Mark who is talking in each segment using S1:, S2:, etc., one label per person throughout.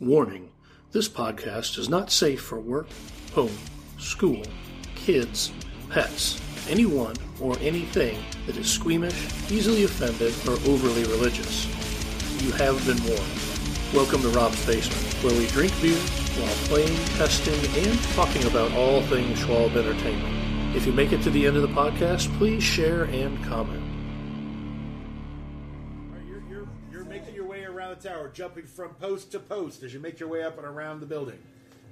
S1: Warning this podcast is not safe for work, home, school, kids, pets, anyone, or anything that is squeamish, easily offended, or overly religious. You have been warned. Welcome to Rob's Basement, where we drink beer while playing, testing, and talking about all things Schwab Entertainment. If you make it to the end of the podcast, please share and comment.
S2: All right, you're, you're, you're making your way around the tower, jumping from post to post as you make your way up and around the building.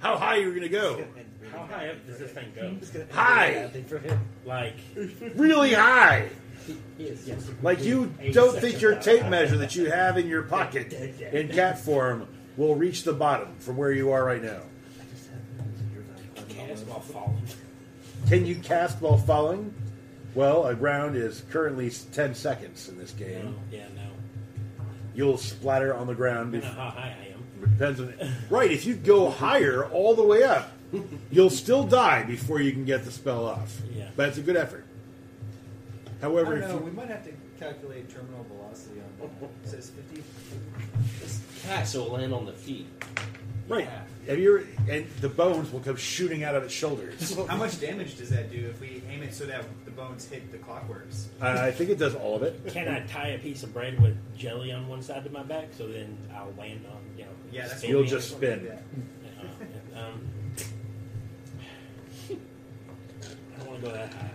S2: How high are you going to go?
S3: How high up does this thing go?
S2: High!
S3: Like,
S2: Really high!
S3: yes, yes.
S2: Like you don't think your tape measure that you have in your pocket in cat form will reach the bottom from where you are right now.
S3: cast while falling.
S2: Can you cast while falling? Well, a round is currently 10 seconds in this game.
S3: No, yeah, no.
S2: You'll splatter on the ground
S3: I don't
S2: before.
S3: know how high I am.
S2: Depends on Right, if you go higher all the way up, you'll still die before you can get the spell off.
S3: Yeah.
S2: But it's a good effort.
S4: I
S2: However,
S4: don't
S2: if
S4: know.
S2: you,
S4: We might have to calculate terminal velocity on that. It says 50.
S5: This cat so will land on the feet.
S2: right, if you're, and the bones will come shooting out of its shoulders.
S4: How much damage does that do if we aim it so that the bones hit the clockworks?
S2: Uh, I think it does all of it.
S3: Can I tie a piece of bread with jelly on one side to my back so then I'll land on, you know,
S4: Yeah, that's
S3: spin
S2: You'll
S3: me?
S2: just spin.
S3: Uh, um, I don't want to go that high.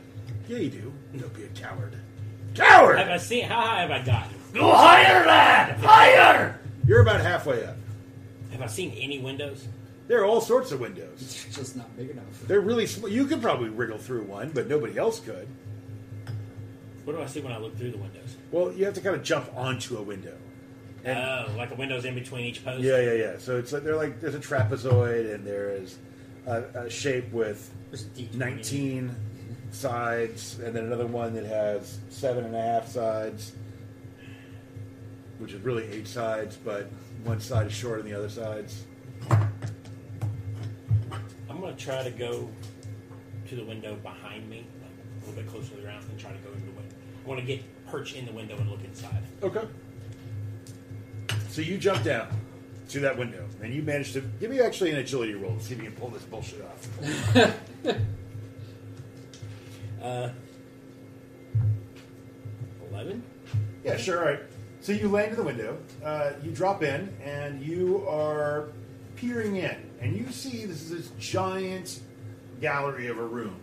S2: Yeah, you do. Don't be a coward.
S3: Have
S2: Coward!
S3: I seen, how high have I gotten?
S2: Go higher, lad! Higher! You're about halfway up.
S3: Have I seen any windows?
S2: There are all sorts of windows.
S6: It's just not big enough.
S2: They're really small. You could probably wriggle through one, but nobody else could.
S3: What do I see when I look through the windows?
S2: Well, you have to kind of jump onto a window. And
S3: Oh, like the windows in between each post?
S2: Yeah, yeah, yeah. So it's like they're like there's a trapezoid and there is a, a shape with
S3: There's a D20.
S2: nineteen sides, and then another one that has seven and a half sides, which is really eight sides, but one side is shorter than the other sides.
S3: I'm gonna try to go to the window behind me, like a little bit closer to the ground, and try to go into the window. I want to get perch in the window and look inside.
S2: Okay. So you jump down to that window, and you manage to give me actually an agility roll to see if you can pull this bullshit off.
S3: Uh, eleven.
S2: Yeah, sure. All right. So you land in the window, uh, you drop in, and you are peering in, and you see this is this giant gallery of a room.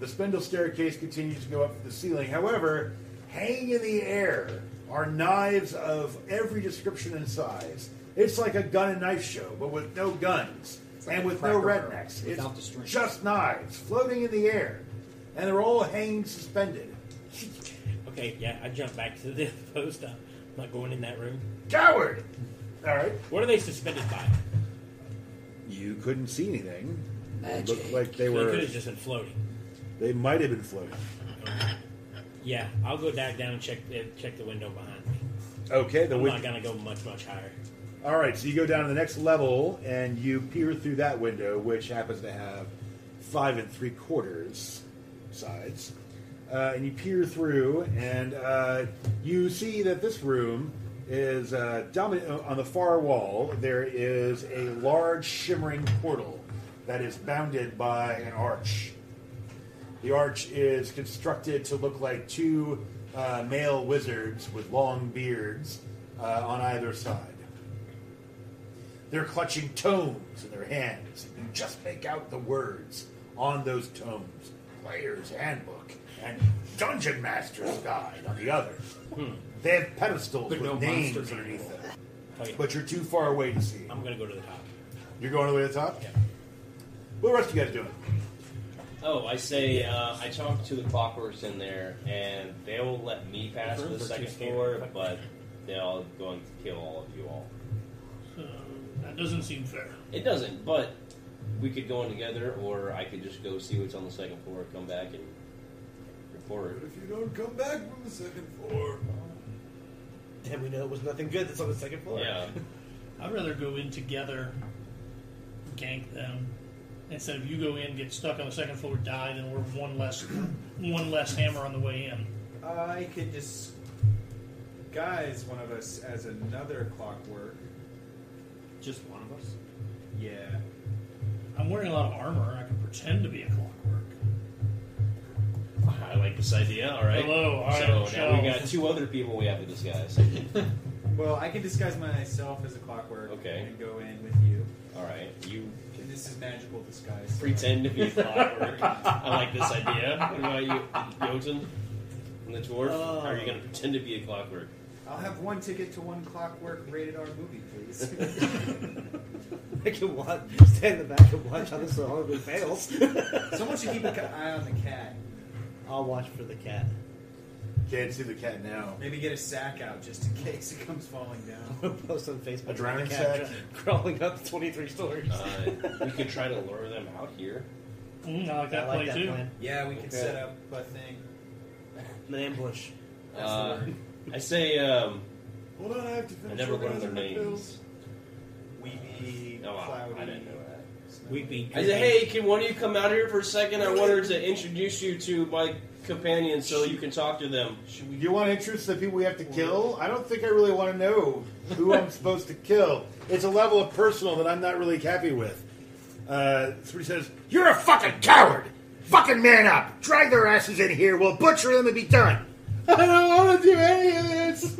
S2: The spindle staircase continues to go up to the ceiling. However, hanging in the air are knives of every description and size. It's like a gun and knife show, but with no guns
S4: like
S2: and
S4: a
S2: with no
S4: Cracker Barrel
S2: rednecks.
S6: without the
S2: It's
S6: strings.
S2: just knives floating in the air, and they're all hanging suspended.
S3: Okay, yeah, I jump back to the post. I'm not going in that room.
S2: Coward! All right.
S3: What are they suspended by?
S2: You couldn't see anything.
S6: Magic.
S2: It looked like they
S3: They
S2: were.
S3: could have just been floating.
S2: They might have been floating.
S3: Yeah, I'll go dive down and check uh, check the window behind me.
S2: Okay. The
S3: I'm
S2: win-
S3: not gonna go much much higher.
S2: All right. So you go down to the next level and you peer through that window, which happens to have five and three quarters sides. Uh, and you peer through, and uh, you see that this room is uh, domin- uh, on the far wall. There is a large shimmering portal that is bounded by an arch. The arch is constructed to look like two uh, male wizards with long beards uh, on either side. They're clutching tomes in their hands. You just make out the words on those tomes Player's Handbook and Dungeon Master's Guide on the other. They have pedestals
S3: But
S2: with
S3: no
S2: names
S3: monsters are
S2: underneath
S3: involved.
S2: them.
S3: Okay,
S2: But you're too far away to see.
S3: I'm gonna go to the top.
S2: You're going all the way to the top?
S3: Yeah.
S2: What the rest of you guys doing?
S5: Oh, I say, uh, I talked to the clockworks in there, and they will let me pass
S3: The
S5: to the
S3: rooms are
S5: second
S3: too scary.
S5: floor, but they'll going to kill all of you all.
S3: that doesn't seem fair.
S5: It doesn't, but we could go in together, or I could just go see what's on the second floor, come back and report.
S7: If you don't come back from the second floor,
S4: Then we know it was nothing good that's on the second floor.
S5: Yeah.
S8: I'd rather go in together, gank them, instead of you go in, get stuck on the second floor, die, then we're one less, one less hammer on the way in.
S4: I could just guise one of us as another clockwork
S3: just one of us?
S4: Yeah.
S8: I'm wearing a lot of armor. and I can pretend to be a clockwork.
S5: I like this idea. All right.
S8: Hello, I am
S5: so now we
S8: Charles.
S5: got two other people we have to disguise.
S4: Well, I can disguise myself as a clockwork
S5: Okay.
S4: and go in with you.
S5: All right, you
S4: And this is magical disguise. so-
S5: pretend to be a clockwork. I like this idea. What about you, Jotun? And the dwarf?
S3: Oh.
S5: Are you going to pretend to be a clockwork?
S4: I'll have one ticket to one clockwork rated R movie, please.
S6: I can watch, stand in the back and watch how this horribly fails.
S4: Someone should keep an eye on the cat.
S6: I'll watch for the cat.
S2: Can't see the cat now.
S4: Maybe get a sack out just in case it comes falling down.
S6: I'll post on Facebook.
S2: A drowning
S6: the cat
S2: sack?
S6: crawling up 23 stories.
S5: Uh, we could try to lure them out here.
S8: Mm, I like that
S6: I
S8: play
S6: like that
S8: too.
S6: plan.
S4: Yeah, we can
S5: Okay.
S4: set up a thing.
S6: An ambush.
S4: That's
S5: Uh,
S4: the word.
S5: I say, um,
S7: Hold on, I have to finish.
S5: I never learned
S7: organizing
S5: their
S7: my
S5: names.
S7: bills.
S4: Weeby,
S5: Oh, wow.
S4: cloudy.
S5: I didn't know that.
S4: snow.
S3: We'd be.
S5: I say, hey, can one of you come out here for a second? I wanted to introduce you to my companions so you can talk to them.
S3: Should
S2: You want to introduce the people we have to kill? I don't think I really want to know who I'm supposed to kill. It's a level of personal that I'm not really happy with. Uh, somebody says, You're a fucking coward! Fucking man up! Drag their asses in here, we'll butcher them and be done! I don't want to do any of this!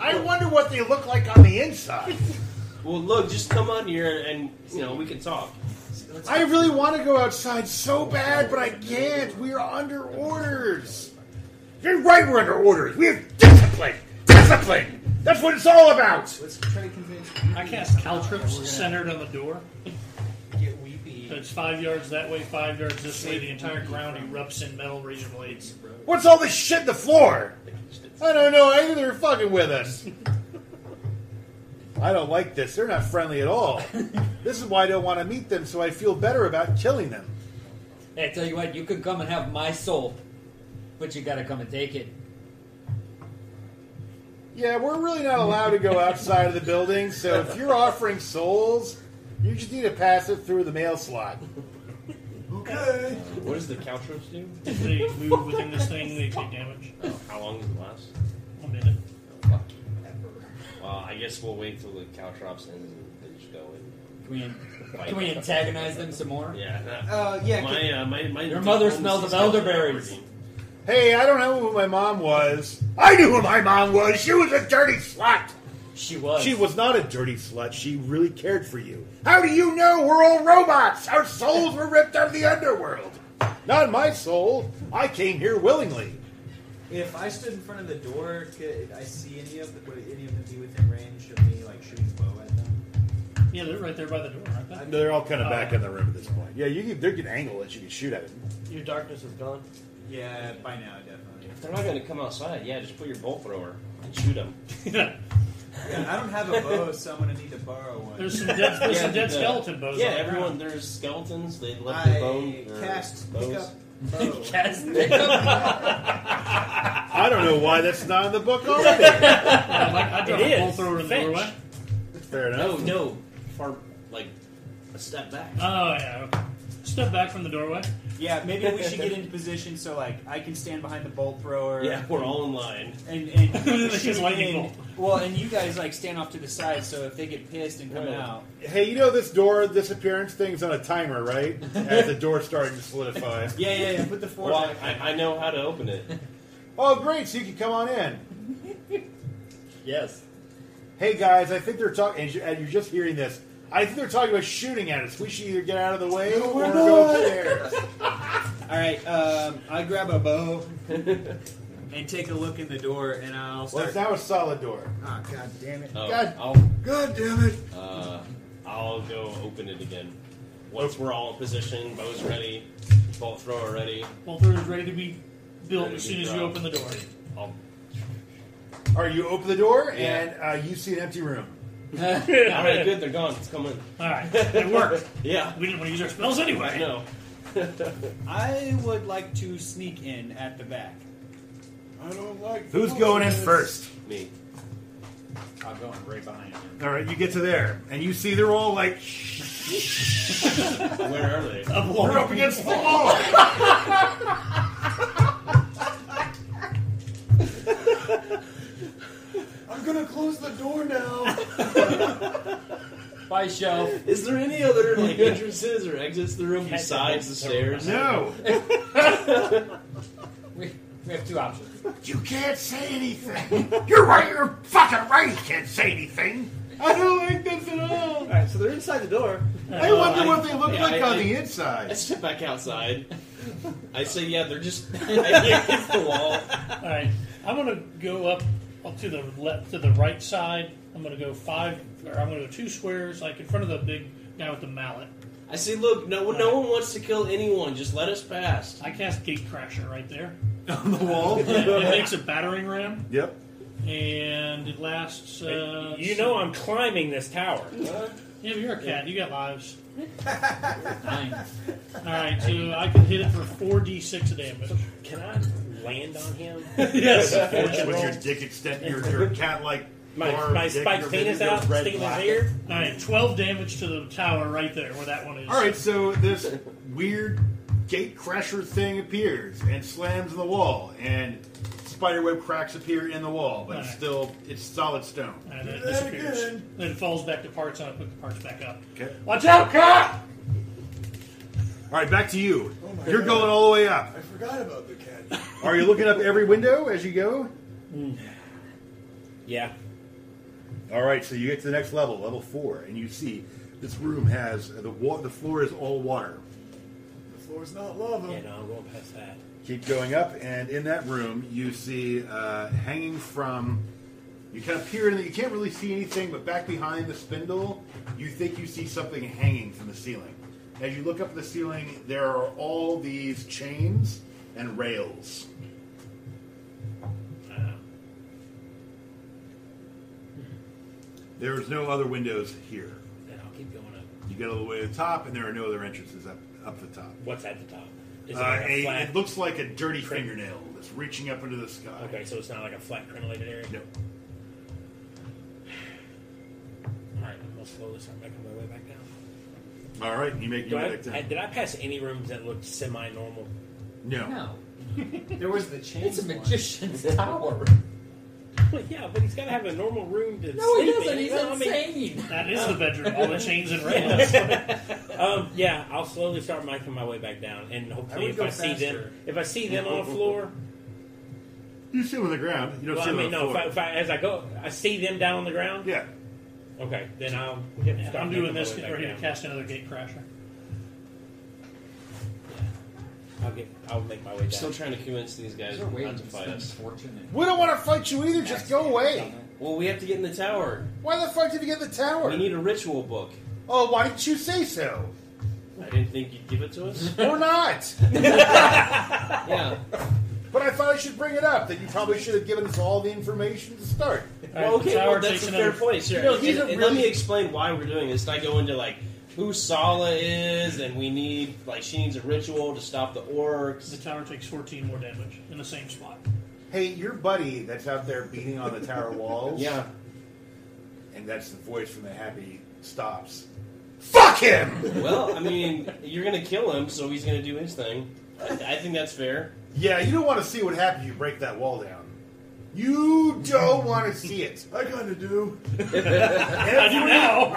S2: I wonder what they look like on the inside.
S5: Well, look, just come on here and, you know, we can talk.
S2: I really want to go outside so bad, but I can't. We are under orders. You're right, we're under orders. We have discipline. Discipline! That's what it's all about!
S4: Let's try to convince.
S8: I
S4: Weeby
S8: cast
S4: somehow that
S8: caltrips
S4: we're
S8: centered on the door.
S4: gonna Get
S8: So
S4: Weeby.
S8: it's five yards that way, five yards this way. The entire ground erupts in metal razor blades.
S2: What's all this shit in the floor? I don't know either. They're fucking with us. I don't like this. They're not friendly at all. This is why I don't want to meet them, so I feel better about killing them.
S9: Hey, I tell you what, you can come and have my soul, but you gotta come and take it.
S2: Yeah, we're really not allowed to go outside of the building, so if you're offering souls, you just need to pass it through the mail slot.
S7: Okay.
S5: What does the caltrops do?
S8: If they move within this thing, they take damage.
S5: Oh, how long does it last?
S8: A minute.
S5: Well, I guess we'll wait till the caltrops and then just go
S9: Can we,
S5: and
S9: can we
S5: fight.
S9: antagonize them some more?
S5: Yeah. that-
S4: Uh, yeah.
S5: my, uh, my, my
S9: Your mother
S5: diplomacy
S9: smells of
S5: skills are not
S9: elderberries.
S5: working.
S2: Hey, I don't know who my mom was. I knew who my mom was. She was a dirty slut.
S9: She was.
S2: She was not a dirty slut. She really cared for you. How do you know we're all robots? Our souls were ripped out of the underworld. Not my soul. I came here willingly.
S4: If I stood in front of the door, could I see any of them? Would any of them be within range of me, like shooting a bow at them?
S8: Yeah, they're right there by the door, aren't they?
S2: They're all kind of back in the room at this point. Yeah, you can, they can angle that you can shoot at it.
S6: Your darkness is gone.
S4: Yeah, by now definitely.
S5: If they're not going to come outside, yeah, just put your bolt thrower and shoot them.
S4: Yeah, I don't have a bow, so I'm gonna need to borrow one.
S8: There's some dead, there's some dead skeleton bows.
S5: Yeah,
S8: on the
S5: everyone,
S8: ground.
S5: there's skeletons. They left their
S4: I
S5: bone. their
S4: cast
S5: bones.
S4: pick up bow.
S9: Cast pickup.
S2: I don't know why that's not in the book already.
S8: I, like, I drop
S5: It
S8: a bolt
S5: is.
S8: thrower in the
S5: Fetch.
S8: doorway.
S2: Fair
S5: No,
S2: enough.
S5: no, far like a step back.
S8: Oh yeah. Okay. Step back from the doorway.
S4: Yeah, maybe we should get into position so like I can stand behind the bolt thrower.
S5: yeah, we're all in line.
S4: And and
S8: It's just lightning
S4: and- Well, and you guys like stand off to the side, so if they get pissed and come
S5: Right.
S4: out,
S2: Hey, you know this door disappearance thing's on a timer, right? As the door's starting to solidify.
S4: yeah, yeah, yeah, put the four
S5: Well,
S4: back.
S5: I, I know how to open it.
S2: Oh, great! So you can come on in.
S6: Yes.
S2: hey guys, I think they're talking, and you- and you're just hearing this. I think they're talking about shooting at us. We should either get out of the way or go upstairs.
S4: All right, um, I grab a bow and take a look in the door, and I'll
S2: well,
S4: start.
S2: it's now a solid door.
S4: Ah, god damn it!
S5: Oh,
S2: God.
S7: God damn it.
S5: I'll uh, I'll go open it again. Once we're all in position, bow's ready, bolt thrower ready.
S8: Bolt thrower is ready to be built
S5: Ready
S8: as
S5: to
S8: soon
S5: be
S8: as you
S5: dropped.
S8: open the door.
S5: I'll
S2: Or you open the door
S5: Yeah.
S2: and uh, you see an empty room.
S5: All right, good. They're gone. It's coming.
S8: All right. It worked.
S5: Yeah.
S8: We didn't want to use our spells anyway.
S5: I know.
S4: I would like to sneak in at the back.
S7: I don't like.
S2: Who's going in first?
S5: Me.
S4: I'm going right behind him.
S2: All right, you get to there and you see they're all like
S5: Where are they?
S8: Up
S2: they're
S8: wall.
S2: up against the wall.
S7: I'm gonna close the door now.
S9: Bye, shelf.
S5: Is there any other like entrances or exits to the room besides the stairs?
S2: No,
S9: We, we have two options.
S2: you can't say anything. You're right. You're fucking right. You can't say anything.
S7: I don't like this at all.
S6: Alright, so they're inside the door.
S2: I wonder what they look
S5: yeah,
S2: like
S5: I-
S2: on
S5: I-
S2: the
S5: I
S2: inside.
S5: step back outside. I say, yeah, they're just against the wall.
S8: All right, I'm gonna go up, up to the left to the right side. I'm gonna go five, or I'm gonna go two squares, like in front of the big guy with the mallet.
S5: I say, look, no, no one wants to kill anyone. Just let us pass.
S8: I cast Gatecrasher right there.
S2: on the wall.
S8: it makes a battering ram,
S2: Yep.
S8: and it lasts. Uh,
S3: you know I'm climbing this tower.
S8: Yeah, but you're a cat. You got lives.
S9: Nine.
S8: All right, so I can hit it for four d6 damage.
S3: Can I land on him?
S8: yes.
S2: With your dick extended, your, your cat-like
S3: My,
S2: arm,
S3: my
S2: dick,
S3: spiked
S2: your
S3: penis
S2: big
S3: out,
S2: red
S3: sticking his
S2: black.
S3: ear.
S8: All right, 12 damage to the tower right there where that one is.
S2: All right, so this weird gate crasher thing appears and slams in the wall, and spiderweb cracks appear in the wall, but it's
S8: Alright.
S2: still it's solid stone.
S8: And then it
S7: Do that
S8: disappears.
S7: again.
S8: Then it falls back to parts, and I put the parts back up.
S2: Okay.
S8: Watch out, cat!
S2: All right, back to you.
S7: Oh my
S2: You're
S7: God.
S2: going all the way up.
S7: I forgot about the cat.
S2: Are you looking up every window as you go?
S3: Yeah.
S2: All right, so you get to the next level, level four, and you see this room has the wa- the floor is all water.
S7: The floor's not lava.
S3: Yeah, no, I'm going past that.
S2: Keep going up, and in that room, you see uh, hanging from. You kind of peer in, there, you can't really see anything, but back behind the spindle, you think you see something hanging from the ceiling. As you look up at the ceiling, there are all these chains and rails. There's no other windows here.
S3: And I'll keep going up.
S2: You get all the way to the top, and there are no other entrances up up the top.
S3: What's at the top? Is it
S2: Uh,
S3: like a
S2: a,
S3: flat?
S2: it looks like a dirty
S3: Crin-
S2: fingernail that's reaching up into the sky.
S3: okay, so it's not like a flat crenellated area.
S2: No.
S3: All right, I'm gonna slowly start making my way back down.
S2: All right, you make
S3: Do
S2: your way
S3: I,
S2: back down.
S3: I- did I pass any rooms that looked semi-normal?
S9: No.
S4: There was the chain.
S9: It's a magician's tower.
S3: Well, yeah, but he's got to have a normal room to
S9: No, he
S3: sleep
S9: doesn't.
S3: in.
S9: He's
S3: You know what I mean?
S9: insane.
S8: That is the bedroom, all the chains and rails.
S3: Um, yeah, I'll slowly start making my way back down, and hopefully,
S4: would
S3: if
S4: go
S3: I see them,
S4: faster.
S3: if I see them on the floor,
S2: You sit on the ground. You don't
S3: well,
S2: sit
S3: I
S2: on
S3: mean,
S2: the
S3: no,
S2: floor.
S3: if I, if I, as I go, I see them down on the ground.
S2: yeah.
S3: Okay, then I'll.
S8: Yeah,
S3: start
S8: I'm
S3: making
S8: doing
S3: my
S8: this
S3: way
S8: getting
S3: back
S8: ready to
S3: down.
S8: cast another Gatecrasher.
S3: I'll get. I'll make my way down.
S5: I'm still trying to convince these guys
S9: Is there a
S5: not
S9: way
S5: to
S9: to
S5: fight
S9: spend
S5: us.
S9: fortune and
S2: We don't want to fight you either. Just go away.
S5: Well, we have to get in the tower.
S2: Why the fuck did you get the
S5: We
S2: tower?
S5: need a ritual book.
S2: Oh, why didn't you say so?
S5: I didn't think you'd give it to us.
S2: Or not?
S5: yeah.
S2: But I thought I should bring it up that you probably should have given us all the information to start.
S8: All right,
S5: Well, okay,
S8: the tower
S5: well, that's
S8: takes
S5: a fair
S8: another-
S5: point. Sure.
S2: You know,
S5: and,
S2: these are
S5: and let
S2: really-
S5: me explain why we're doing this. I go into like who Sala is, and we need like she needs a ritual to stop the
S8: The
S5: orcs.
S8: tower takes 14 more damage in the same spot.
S2: Hey, your buddy that's out there beating on the tower walls.
S5: Yeah.
S2: And that's the voice from the happy stops. Fuck him!
S5: Well, I mean, you're gonna kill him, so he's gonna do his thing. I, I think that's fair.
S2: Yeah, you don't want to see what happens if you break that wall down. You don't want to see it.
S7: I kind of do.
S8: I do now!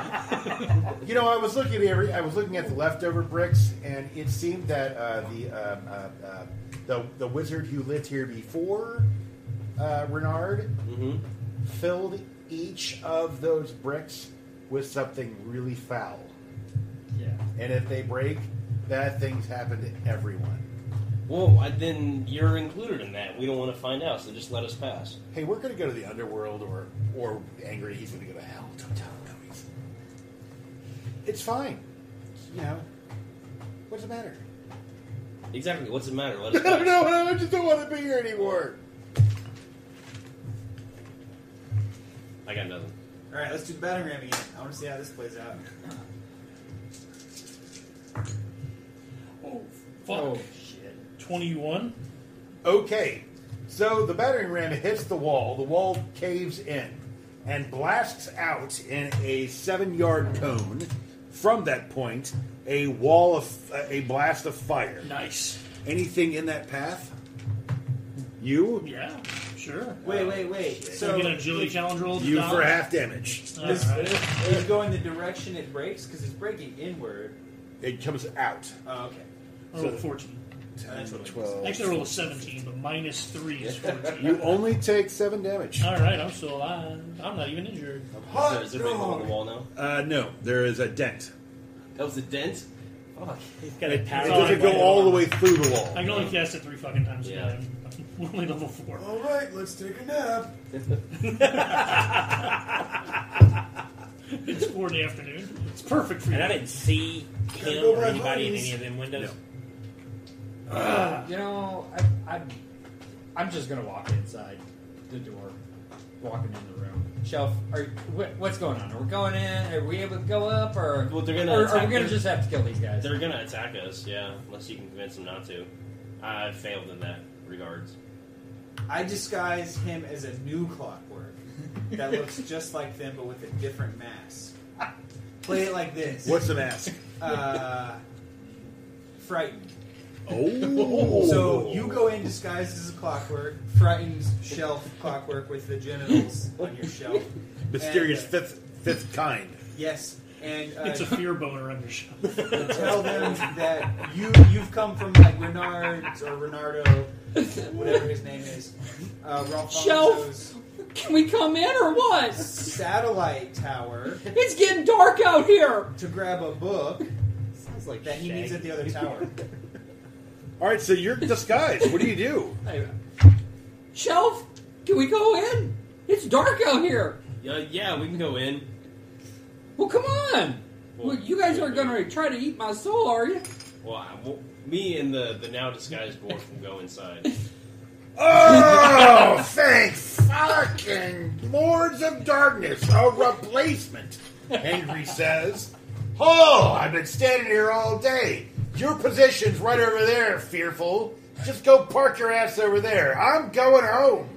S2: You know, I was looking at every, I was looking at the leftover bricks, and it seemed that uh, the, um, uh, uh, the the wizard who lived here before uh, Renard
S5: Mm-hmm.
S2: filled each of those bricks with something really foul,
S4: Yeah.
S2: and if they break, bad things happen to everyone.
S5: Well, I, then you're included in that. We don't want to find out, so just let us pass.
S2: Hey, we're gonna go to the underworld, or or angry, he's gonna go to hell. Don't tell him no he's- It's fine, you know. What's the matter?
S5: Exactly. What's the matter? Let
S2: I
S5: us pass.
S2: don't know. I just don't want to be here anymore.
S5: I got nothing.
S4: All right, let's do the battering ram again. I want to see how this plays out.
S8: Oh, fuck.
S9: Oh,
S8: 21.
S2: Okay, so the battering ram hits the wall. The wall caves in and blasts out in a seven-yard cone. From that point, a wall of a blast of fire.
S8: Nice.
S2: Anything in that path? You?
S8: Yeah. Sure.
S4: Wait, wait, wait.
S8: So
S4: So
S8: you get an agility challenge roll. to
S2: You
S8: dodge?
S2: for half damage.
S8: All
S4: This-
S8: right.
S4: it's going the direction it breaks because it's breaking inward.
S2: It comes out.
S4: Oh, okay.
S8: I rolled a 14.
S2: 10,
S4: That's what it
S2: 12.
S8: Actually, I rolled a 17, but minus 3 is 14.
S2: You only take 7 damage.
S8: All right, I'm still alive. I'm not even injured.
S7: Hot
S5: Is everybody
S7: dog.
S5: on the wall now?
S2: Uh, no, there is a dent.
S5: That was the dent? Fuck.
S3: He's got a
S2: It
S3: power.
S2: doesn't go all the way through the wall.
S8: I can only cast it three fucking times
S5: Yeah.
S8: a day. I'm- I'm only level 4.
S7: All right, let's take a nap.
S8: It's 4 in the afternoon. It's perfect for you.
S3: And I didn't see
S7: Gotta
S3: him
S7: go
S3: or
S7: by
S3: anybody in
S7: bodies.
S3: any of them windows.
S9: You know, I, I'm, I'm just gonna walk inside the door, walking in the room. Shelf, are what, what's going on? Are we going in? Are we able to go up, or
S5: Well, they're gonna
S9: or are
S5: attack
S9: we gonna
S5: us.
S9: just have to kill these guys?
S5: They're gonna attack us, yeah, unless you can convince them not to. I failed in that regards.
S4: I disguise him as a new clockwork that looks just like them but with a different mask. Play it like this.
S2: What's the mask?
S4: Uh, frightened.
S2: Oh.
S4: So you go in disguised as a clockwork, frightened shelf clockwork with the genitals on your shelf.
S2: Mysterious
S4: And, uh,
S2: fifth fifth kind.
S4: Yes, and uh,
S8: It's a fear boner under shot.
S4: tell them that you you've come from like Renard's or Renardo, whatever his name is, uh, Ralphonso's
S10: Can we come in or what?
S4: satellite tower
S10: It's getting dark out here.
S4: to grab a book
S6: Sounds like
S4: that he needs at the other tower.
S2: All right, so you're disguised. What do you do?
S10: Shelf, can we go in? It's dark out here.
S5: Yeah, yeah, we can go in.
S10: Well, come on. Well, you guys aren't going to try to eat my soul, are you?
S5: Well, I, well, me and the, the now disguised dwarf can go inside.
S2: Oh, thank fucking Lords of Darkness, a replacement. Henry says, "Oh, I've been standing here all day. Your position's right over there, fearful. Just go park your ass over there. I'm going home.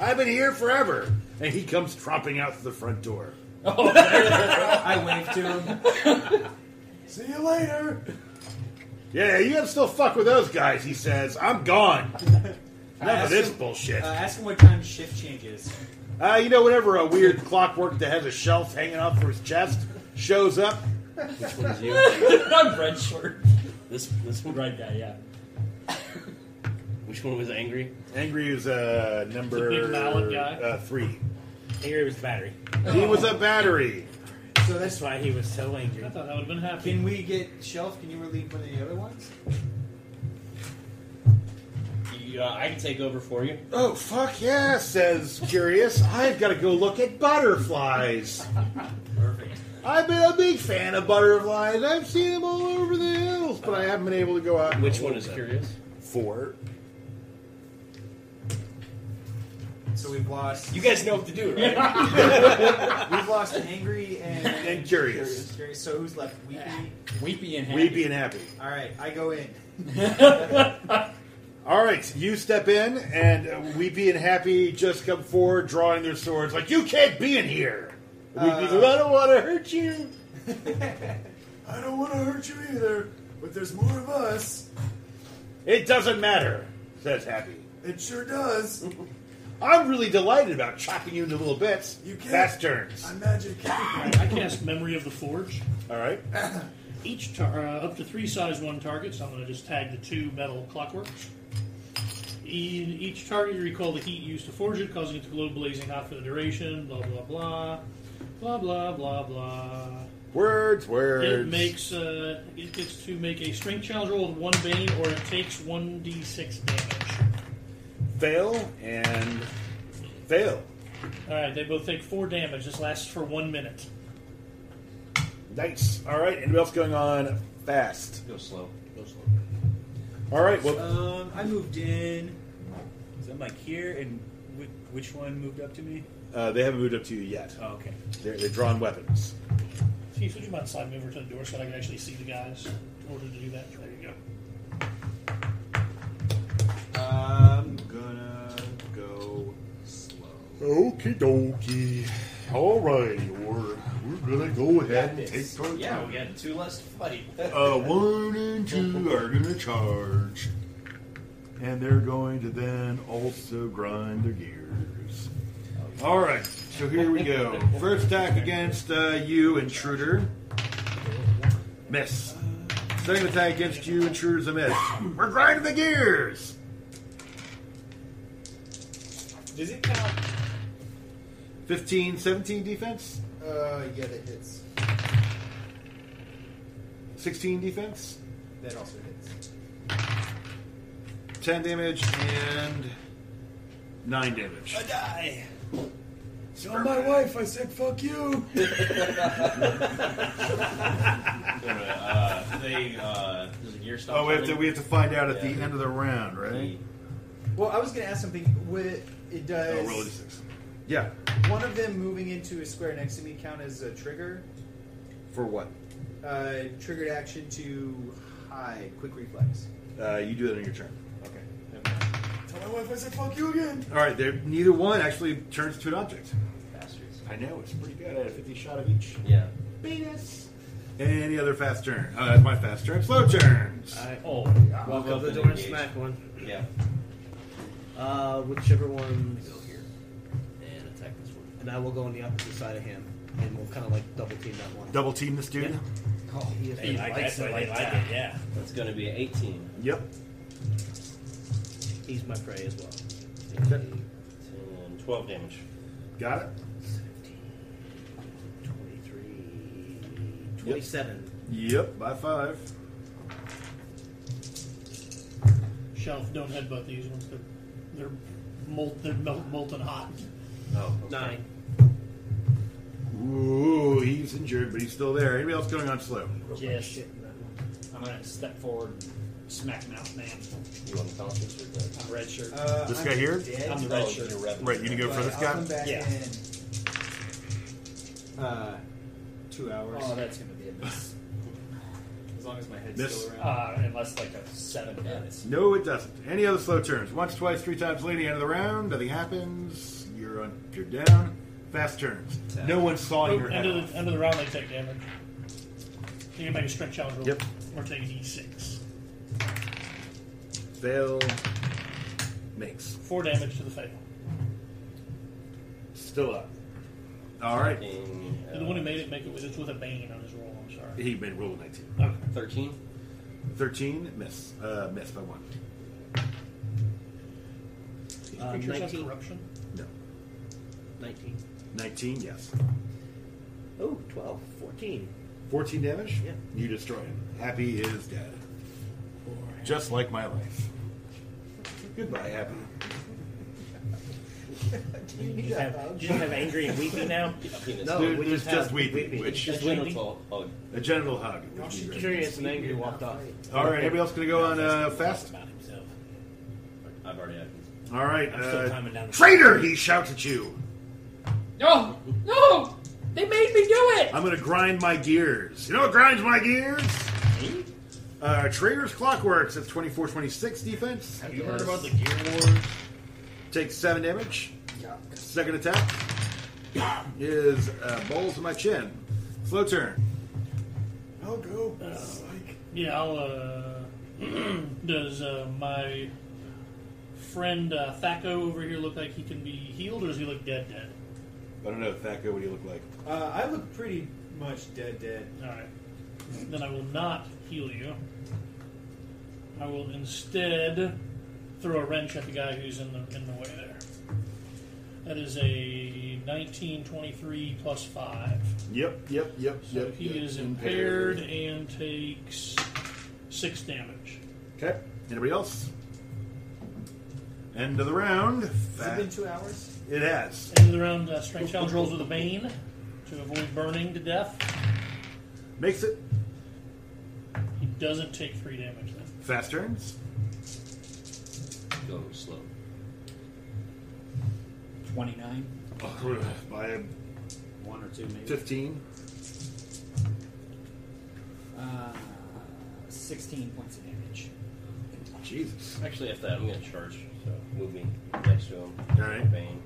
S2: I've been here forever." And he comes tromping out through the front door.
S4: I wave to him.
S7: See you later.
S2: Yeah, you can still fuck with those guys. He says, "I'm gone. Enough of
S4: asked
S2: this
S4: him-
S2: bullshit."
S4: Uh, ask him what time shift changes.
S2: Uh, you know, whenever a weird clockwork that has a shelf hanging off his chest shows up,
S5: I'm red short. This this one right guy, yeah. Which one was angry?
S2: Angry is uh, number
S8: The big mallet guy?
S2: Uh, three.
S3: Angry was battery.
S2: He was a battery.
S4: So that's
S3: That's why he was so angry.
S8: I thought that would have been happy.
S4: Can we get shelf? Can you relieve one of the other ones?
S5: You, uh, I can take over for you.
S2: Oh fuck yeah! Says Curious. I've got to go look at butterflies.
S4: Perfect.
S2: I've been a big fan of butterflies. I've seen them all over the hills, but I haven't been able to go out. and
S5: Which
S2: look
S5: one is
S2: at
S5: curious?
S2: them. Four.
S4: So we've lost.
S5: You guys know what to do, right?
S4: We've lost angry and
S2: And curious.
S4: curious. Curious. So who's left? Weepy.
S9: Weepy and happy.
S2: Weepy and happy.
S4: All right, I go in.
S2: All right, you step in, and uh, Weepy and Happy just come forward, drawing their swords, like you can't be in here. Weepy's like, I don't want to hurt you.
S7: I don't want to hurt you either, but there's more of us.
S2: It doesn't matter, says Happy.
S7: It sure does.
S2: I'm really delighted about chopping you into little bits.
S7: You can't-
S2: Fast turns.
S7: I'm magic.
S4: Um,
S8: I cast Memory of the Forge.
S2: All right.
S8: Each tar- uh, up to three size one targets. I'm going to just tag the two metal clockworks. E- each target you recall the heat used to forge it, causing it to glow blazing hot for the duration. Blah blah blah, blah blah blah blah.
S2: Words, words.
S8: It makes uh, it gets to make a strength challenge roll with one bane, or it takes one d6 damage.
S2: fail and fail.
S8: All right, they both take four damage. This lasts for one minute.
S2: Nice. All right. Anybody else going on fast?
S5: Go slow. Go slow.
S2: All right. Well,
S7: Um, I moved in. So I'm like here, and which one moved up to me?
S2: uh, they haven't moved up to you yet.
S7: Oh, okay.
S2: They're, they're drawing weapons.
S8: Chief, would you mind sliding over to the door so that I can actually see the guys? In order to do that, there you go.
S4: I'm gonna go slow.
S2: Okie dokie. All right, we're, we're gonna go ahead and take our
S5: Yeah, we got two less to fight.
S2: Uh, one and two are gonna charge, and they're going to then also grind their gear. All right, so here we go. First attack against uh, you, intruder. Miss. Second attack against you, intruder's a miss. We're grinding the gears.
S9: Does it count?
S2: 15, 17 defense,
S4: Uh, yeah, that hits.
S2: 16 defense,
S4: That also hits.
S2: 10 damage, and 9 damage.
S9: die.
S6: Tell my wife I said fuck you.
S5: uh, they, uh, does the gear stop?
S2: Oh, we have to
S5: turning?
S2: we have to find out at
S5: Yeah.
S2: the end of the round, right?
S4: Well, I was gonna ask something. Would it? It does.
S2: Oh, roll a d6. Yeah.
S4: one of them moving into a square next to me count as a trigger?
S2: For what?
S4: Uh, triggered action to hide. Quick reflex.
S2: Uh, you do that on your turn.
S4: Okay. never mind.
S6: Tell my wife I said fuck you again.
S2: All right. There. Neither one actually turns to an object.
S5: Bastards.
S2: I know it's pretty good. I had a 50 shot of each.
S5: Yeah.
S2: Venus. Any other fast turn? Uh, that's my fast turn. Slow turns.
S6: I
S5: Oh,
S6: walk up the
S5: and
S6: door and
S5: engage.
S6: smack one.
S5: Yeah.
S6: Uh, whichever one.
S5: Go here. And attack this one.
S6: And I will go on the opposite side of him, and we'll kind of like double team that one.
S2: Double team this dude.
S6: Yeah. Oh, he is
S3: They like that,
S6: likes
S3: so
S6: it
S3: they
S6: like
S3: like
S6: that.
S3: it, yeah.
S5: That's going to be an 18.
S2: Yep.
S6: He's my prey as well.
S5: 10, 12 damage.
S2: Got it.
S6: 23, 27.
S2: Yep. By five.
S8: Shelf, don't headbutt these ones. They're they're molt, they're mel- molten hot.
S5: Oh, okay.
S6: Nine.
S2: Ooh, he's injured, but he's still there. Anybody else going on slow?
S6: Yes. Shit in that one.
S7: I'm gonna step forward and smack mouth man.
S5: You want the conscious or Oh, the
S7: Red shirt.
S4: Uh,
S2: This
S4: I'm
S2: guy here?
S4: dead,
S7: I'm the red shirt.
S5: Your revenue.
S2: Right. You
S6: Uh,
S2: gonna go for
S4: but
S2: this
S4: I'll
S2: guy?
S4: come back
S7: Yeah.
S4: in uh, two hours.
S9: Oh, that's gonna be a miss. as long as my head's
S2: Miss.
S9: still around.
S7: Uh, unless like a seven minutes.
S2: No, it doesn't. Any other slow turns? Once, twice, three times leading end of the round. Nothing happens. You're on. You're down. Fast turns. No one's sawing your head
S8: Oh, end of
S2: off.
S8: the end of the round, they take damage. You can make a strength challenge roll,
S2: Yep.
S8: or take an e6.
S2: Fail. Makes.
S8: Four damage to the fail.
S2: Still up. All right.
S5: Fucking,
S8: Did the one who
S5: uh,
S8: made it make it with it's with a bane on his roll? I'm sorry.
S2: He made roll of 19.
S8: Okay.
S5: 13.
S2: 13. Miss. Uh, miss by one.
S8: These
S6: Uh,
S8: creatures have
S6: 19.
S8: corruption.
S2: No.
S6: 19.
S2: 19. Yes.
S6: Oh, 12. 14.
S2: 14 damage.
S6: Yeah.
S2: You destroy him. Happy is dead. Just like my life. Goodbye, Happy.
S4: You
S7: You
S4: got
S3: Oh,
S7: have,
S4: hugs?
S7: you have angry and weepy now.
S5: Penis.
S6: No,
S2: There-
S6: Oh, we
S2: there's
S6: just have
S2: just weeping,
S6: weeping.
S2: which-
S5: Just
S6: Just
S5: waiting.
S6: weeping.
S5: Hug.
S2: A genital hug. would be great.
S6: Curious and angry walked off.
S2: All right, anybody else going to go on uh, fast?
S3: About himself.
S5: I've already had
S2: All right.
S3: I'm still
S2: Uh,
S3: climbing down the
S2: Traitor! He shouts at you.
S10: No, no, they made me do it.
S2: I'm going to grind my gears. You know what grinds my gears? Uh, Traitor's Clockworks. That's 24 26 defense.
S8: Have you heard about the Gear Wars?
S2: Takes 7 damage. Second attack is uh, Bowls of My Chin. Slow turn.
S6: I'll go.
S8: Yeah, I'll. Uh, does uh, my friend uh, Thaco over here look like he can be healed, or does he look dead? Dead.
S2: I don't know, Thaco, what do you look like?
S4: Uh, I look pretty much dead, dead.
S8: All right. Then I will not heal you. I will instead throw a wrench at the guy who's in the in the way there. That is a 19, 23 plus five.
S2: Yep, yep, yep,
S8: So
S2: yep.
S8: he
S2: yep.
S8: is impaired and takes six damage.
S2: Okay. Anybody else? End of the round.
S4: Has it been
S2: Fact-
S4: two hours?
S2: It has.
S8: End of the round, uh, strength challenge rolls with a bane to avoid burning to death.
S2: Makes it.
S8: He doesn't take three damage then.
S2: Fast turns.
S5: Go slow.
S7: Twenty-nine.
S2: By
S7: One or two maybe.
S2: 15.
S9: Uh, 16 points of damage.
S2: Jesus.
S5: Actually, after that, I'm going to charge. So move me next to him.
S2: All right.
S5: Bane.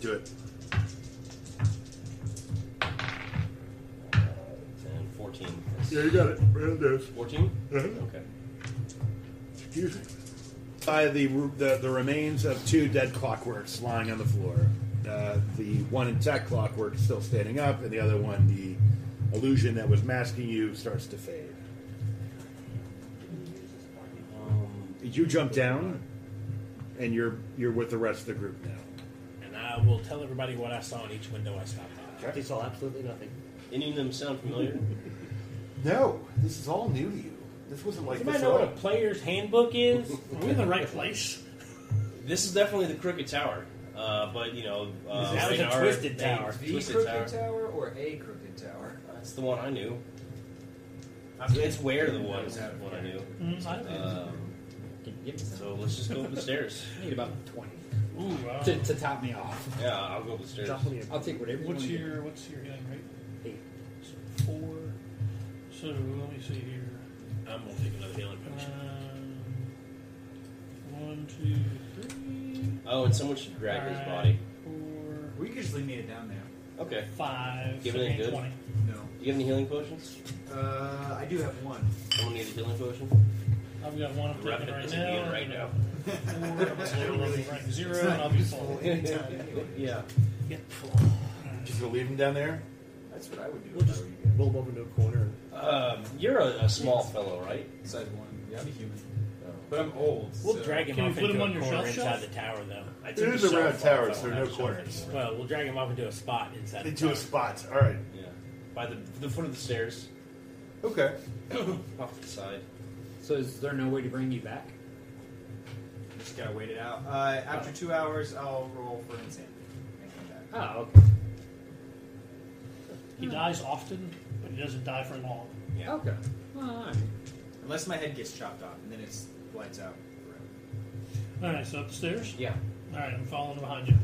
S2: Do it.
S5: Uh, 10, 14.
S2: Yeah, you got it. Right on those.
S5: 14?
S2: Mhm.
S5: Okay.
S2: Excuse me. By the, the the remains of two dead clockworks lying on the floor. uh, the one intact clockwork is still standing up, and the other one, the illusion that was masking you, starts to fade. Um, You jump down, and you're you're with the rest of the group now.
S3: And I will tell everybody what I saw in each window I stopped at.
S5: They saw absolutely nothing. Any of them sound familiar?
S2: No, this is all new to you. This wasn't like
S3: Anybody know what a player's handbook is?
S8: Are we in the right place?
S5: This is definitely the Crooked Tower, uh, but you know, uh,
S3: That was a
S5: Radar-
S3: Twisted
S5: they-
S3: Tower.
S5: Twisted
S4: The crooked
S5: Tower.
S4: tower. or a crooked tower?
S5: That's the one I knew. It's where the one is what I knew.
S8: Mm,
S5: Um, so let's just go up the stairs.
S9: I need about 20
S3: Uh,
S8: Ooh, wow.
S9: to, to top me off.
S5: Yeah, I'll go up the stairs.
S9: I'll take whatever.
S8: What's
S9: you
S8: your what's your healing rate? Eight. So four. So let me see here.
S3: I'm gonna take another healing
S8: Um,
S3: potion.
S8: one, two, three.
S5: Oh, and someone should drag his
S8: Alright,
S5: body.
S8: Four,
S4: We could just leave it down there.
S5: Okay.
S8: five.
S5: Give it a
S8: and
S5: good.
S8: Twenty.
S4: No.
S5: Do you have any healing potions?
S4: Uh, I do have one.
S5: Someone need a healing potion?
S8: I've got one I'm
S5: The rapid
S8: taking right
S5: isn't
S8: now.
S5: healing right now.
S8: Four, I'm really rank zero, and I'll be full.
S5: Yeah.
S2: Just gonna leave him down there.
S4: That's what I would do.
S1: We'll just roll him over into a corner.
S5: Um, you're a, a small fellow, right?
S4: Size one. Yeah, I'm a human. But I'm old.
S3: We'll
S4: so-
S3: drag him
S8: Can we
S3: off
S8: put
S3: into
S8: him
S3: a
S8: on your
S3: corner
S8: shelf
S3: inside
S8: shelf?
S3: the tower, though. I
S2: It
S3: took
S2: is
S3: the
S2: a
S3: shelf
S2: round
S3: off,
S2: tower,
S3: I
S2: so
S3: don't
S2: no
S3: have a shelf
S2: corners.
S3: anymore. Well, we'll drag him off into a spot inside. the
S2: Into a
S3: tower.
S2: spot. All right.
S5: Yeah. By the the foot of the stairs,
S2: Okay.
S5: off to the side.
S9: So is there no way to bring you back?
S4: Just gotta wait it out. Uh, after two hours, I'll roll for insanity and come back.
S9: Oh, okay.
S8: He dies often, but he doesn't die for long.
S9: Yeah. Okay. Well, all right.
S4: Unless my head gets chopped off, and then it's lights out. forever.
S8: All right, so upstairs.
S9: Yeah.
S8: All right, I'm following behind you.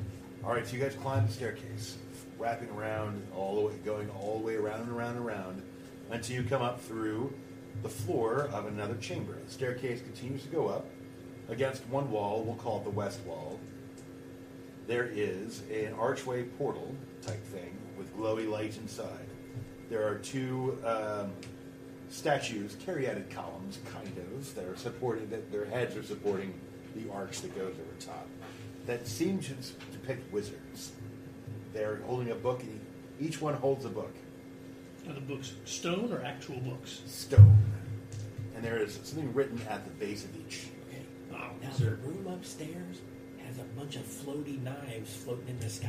S2: All right. So you guys climb the staircase, wrapping around all the way, going all the way around and around and around, until you come up through the floor of another chamber. The staircase continues to go up. Against one wall, we'll call it the west wall. There is an archway portal type thing with glowy lights inside. There are two um, statues, caryatid columns, kind of, that are supported, that their heads are supporting the arch that goes over top, that seem to s- depict wizards. They're holding a book, and each one holds a book,
S8: Are the books stone or actual books?
S2: stone. And there is something written at the base of each.
S3: Okay.
S8: Oh,
S3: Now
S8: is
S3: the
S8: there-
S3: room upstairs has a bunch of floaty knives floating in the sky.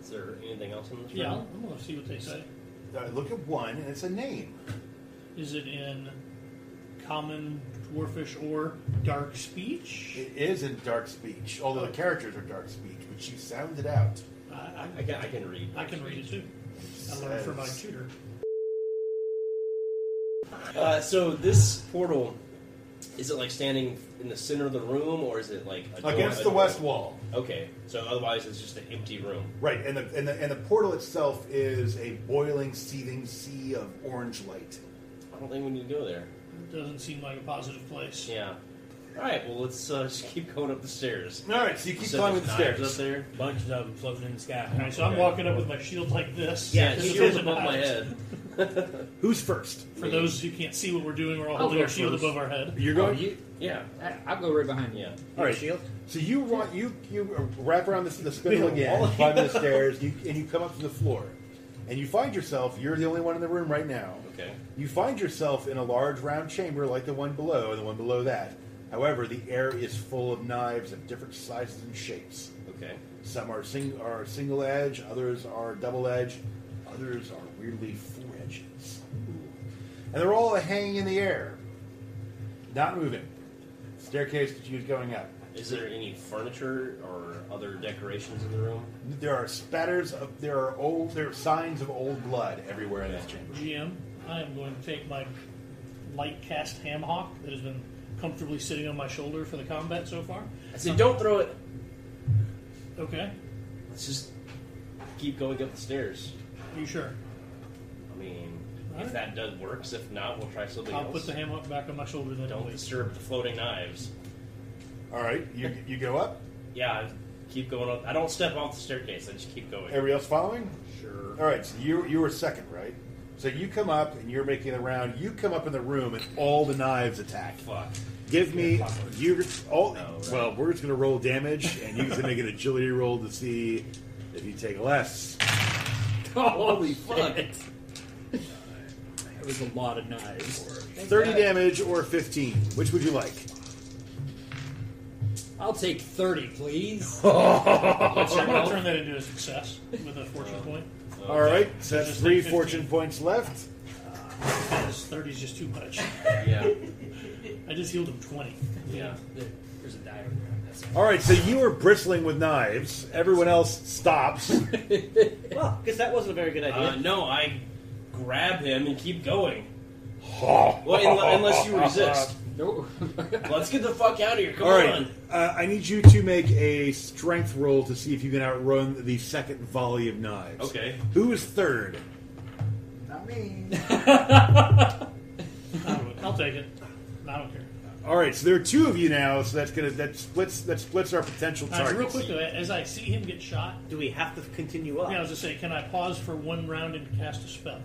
S5: Is there anything else in this
S8: Yeah,
S5: room?
S8: I'm gonna see what they say.
S2: Uh, look at one, and it's a name.
S8: Is it in common dwarfish or dark speech?
S2: It is in dark speech, although the characters are dark speech, which you sounded out.
S8: I, I,
S5: I can I can read.
S8: I can read it too. I learned from my
S2: Says-
S8: tutor.
S5: Uh, so this portal, is it like standing in the center of the room, or is it like a door-
S2: Against
S5: a
S2: the
S5: door?
S2: west wall.
S5: Okay, so otherwise it's just an empty room.
S2: Right, and the, and the and the portal itself is a boiling, seething sea of orange light.
S5: I don't think we need to go there.
S8: It doesn't seem like a positive place.
S5: Yeah. All right. Well, let's uh, just keep going up the stairs.
S2: All right, so you keep
S5: So
S2: climbing
S5: there's
S2: the stairs.
S5: knives up there.
S3: Bunches of them floating in the sky.
S8: All right, so I'm
S5: Okay.
S8: walking up with my shield like this.
S5: Yeah,
S8: This
S5: it's
S8: is
S5: shield's
S8: in the
S5: above my
S8: past.
S5: head.
S2: Who's first?
S8: For those who can't see what we're doing, we're all
S9: I'll
S8: holding
S9: go
S8: our shield
S9: first.
S8: above our head.
S2: You're
S9: Oh,
S2: going.
S9: you,
S5: Yeah.
S9: I, I'll go right behind you.
S5: Yeah.
S2: all right.
S6: Shield?
S2: So you want you you wrap around the, the spindle again, climb the stairs, you, and you come up to the floor, and you find yourself. You're the only one in the room right now.
S5: Okay.
S2: You find yourself in a large round chamber like the one below and the one below that. However, the air is full of knives of different sizes and shapes.
S5: Okay.
S2: Some are, sing- are single edge, others are double edge, others are weirdly four edges. And they're all hanging in the air, not moving. Staircase continues going up.
S5: Is there any furniture or other decorations in the room?
S2: There are spatters of there are old there are signs of old blood everywhere in this chamber.
S8: GM, I am going to take my light cast ham hock that has been comfortably sitting on my shoulder for the combat so far.
S5: I said, don't throw it.
S8: Okay,
S5: Let's just keep going up the stairs.
S8: are you sure?
S5: I mean,
S8: Alright.
S5: if that does works, if not, we'll try something
S8: I'll
S5: else.
S8: put the ham hock back on my shoulder then.
S5: Don't
S8: wait.
S5: disturb the floating knives.
S2: All right, you you go up.
S5: Yeah, I keep going up. I don't step off the staircase. I just keep going.
S2: Everybody else following?
S5: Sure.
S2: All right, so you you were second, right? So you come up and you're making the round. You come up in the room and all the knives attack.
S5: Fuck.
S2: Give me you all.
S5: No, right.
S2: Well, we're just gonna roll damage, and you can make an agility roll to see If you take less,
S10: Holy fuck.
S9: That was a lot of knives.
S2: 30 damage or 15. Which would you like?
S9: I'll take 30, please.
S8: I'm going to turn that into a success with a fortune
S5: Oh.
S8: point.
S2: All right, so
S8: Just
S2: that's
S8: take
S2: three
S8: 15.
S2: fortune points left.
S8: This 30 is just too much.
S5: Yeah.
S8: I just healed him 20.
S9: Yeah. There's a die over there. That's
S2: All right, so you are bristling with knives. Everyone else stops.
S6: Well, because that wasn't a very good idea.
S5: Uh, no, I grab him and keep going.
S2: well,
S5: Well, unle- unless you resist.
S9: No.
S5: Let's get the fuck out of here. Come
S2: All right,
S5: on.
S2: uh, I need you to make a strength roll to see if you can outrun the second volley of knives.
S5: Okay.
S2: Who is third?
S4: Not me.
S8: I don't- I'll take it. I don't care.
S2: All right, so there are two of you now, so that's gonna that splits that splits our potential
S8: Uh,
S2: targets.
S8: real quick, though, as I see him get shot,
S6: Do we have to continue up?
S8: yeah, I was just saying, can I pause for one round and cast a spell?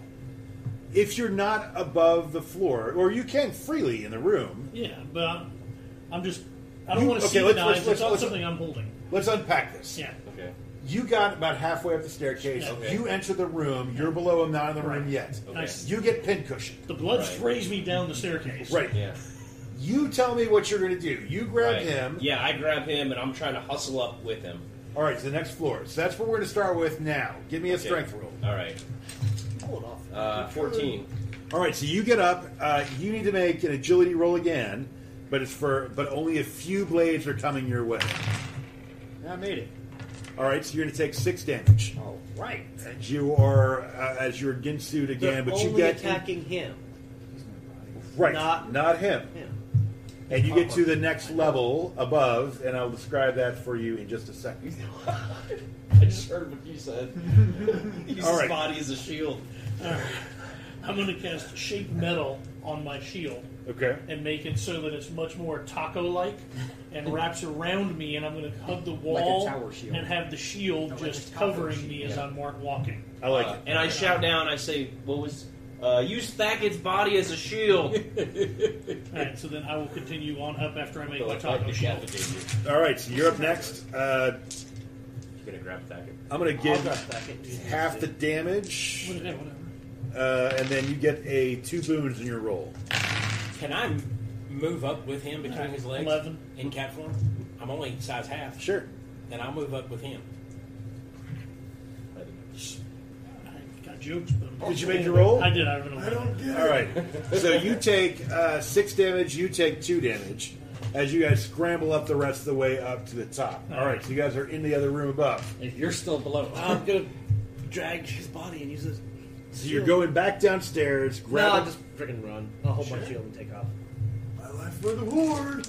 S2: If you're not above the floor, or you can freely in the room,
S8: Yeah, but I'm, I'm just. I don't
S2: You-
S8: want to
S2: okay,
S8: see the
S2: let's-
S8: knives.
S2: let's- let's-
S8: it's not
S2: let's-
S8: something I'm holding.
S2: let's unpack this.
S8: Yeah.
S5: Okay.
S2: You got about halfway up the staircase.
S5: Okay.
S2: You enter the room. You're below him, not in the room yet.
S5: Okay.
S8: Nice.
S2: You get pincushioned.
S8: The blood
S5: Right.
S8: sprays me down the staircase.
S2: Right.
S5: Yeah.
S2: You tell me what you're going to do. You grab
S5: Right.
S2: him.
S5: Yeah, I grab him and I'm trying to hustle up with him.
S2: All right, to the next floor. So that's what we're going to start with now. Give me a
S5: Okay.
S2: strength roll.
S5: All right.
S6: Hold off.
S5: Uh, 14.
S2: All right, so you get up. Uh, you need to make an agility roll again, but it's for but only a few blades are coming your way.
S6: I made it.
S2: All right, so you're going to take six damage.
S6: All right.
S2: And you are uh, as you're ginsued again,
S6: They're
S2: but you
S6: only
S2: get
S6: attacking him.
S2: right,
S6: not-
S2: not him.
S6: Him.
S2: And you get to the next level above, and I'll describe that for you in just a second.
S5: I just heard what you said. Use
S2: All right.
S5: his body as a shield.
S8: I'm going to cast shape metal on my shield
S2: Okay.
S8: and make it so that it's much more taco-like and wraps around me, and I'm going to hug the wall
S9: tower shield.
S8: and have the shield
S9: Like a
S8: just
S9: tower
S8: covering
S9: shield,
S8: me as
S9: yeah.
S8: I'm wa- walking.
S2: I like
S5: Uh,
S2: it.
S5: and I shout down, I say, what was. Uh, use Thackett's body as a shield.
S8: All right, so then I will continue on up after I make
S5: So
S8: my
S5: I fucking
S8: taco shield.
S5: decapitate you.
S2: All right, so you're up next. Uh,
S5: You're gonna grab Thackett.
S2: I'm going to
S6: I'll
S2: give
S6: drop back into you.
S2: half the damage,
S8: Whatever, whatever.
S2: uh, and then you get a two boons in your roll.
S3: Can I move up with him between his legs?
S8: Eleven.
S3: In cat form? I'm only size half.
S2: Sure.
S3: Then I'll move up with him.
S8: I got jokes, but
S2: Did you make your roll?
S8: I did. I don't know. I don't
S2: All right. So you take uh, six damage. You take two damage as you guys scramble up the rest of the way up to the top. All right. So you guys are in the other room above.
S9: If you're still below.
S6: I'm gonna drag his body and use it.
S2: So you're going back downstairs.
S6: No,
S2: Grab
S6: I'll just freaking run. I'll hold my shield and take off.
S2: my life for the ward.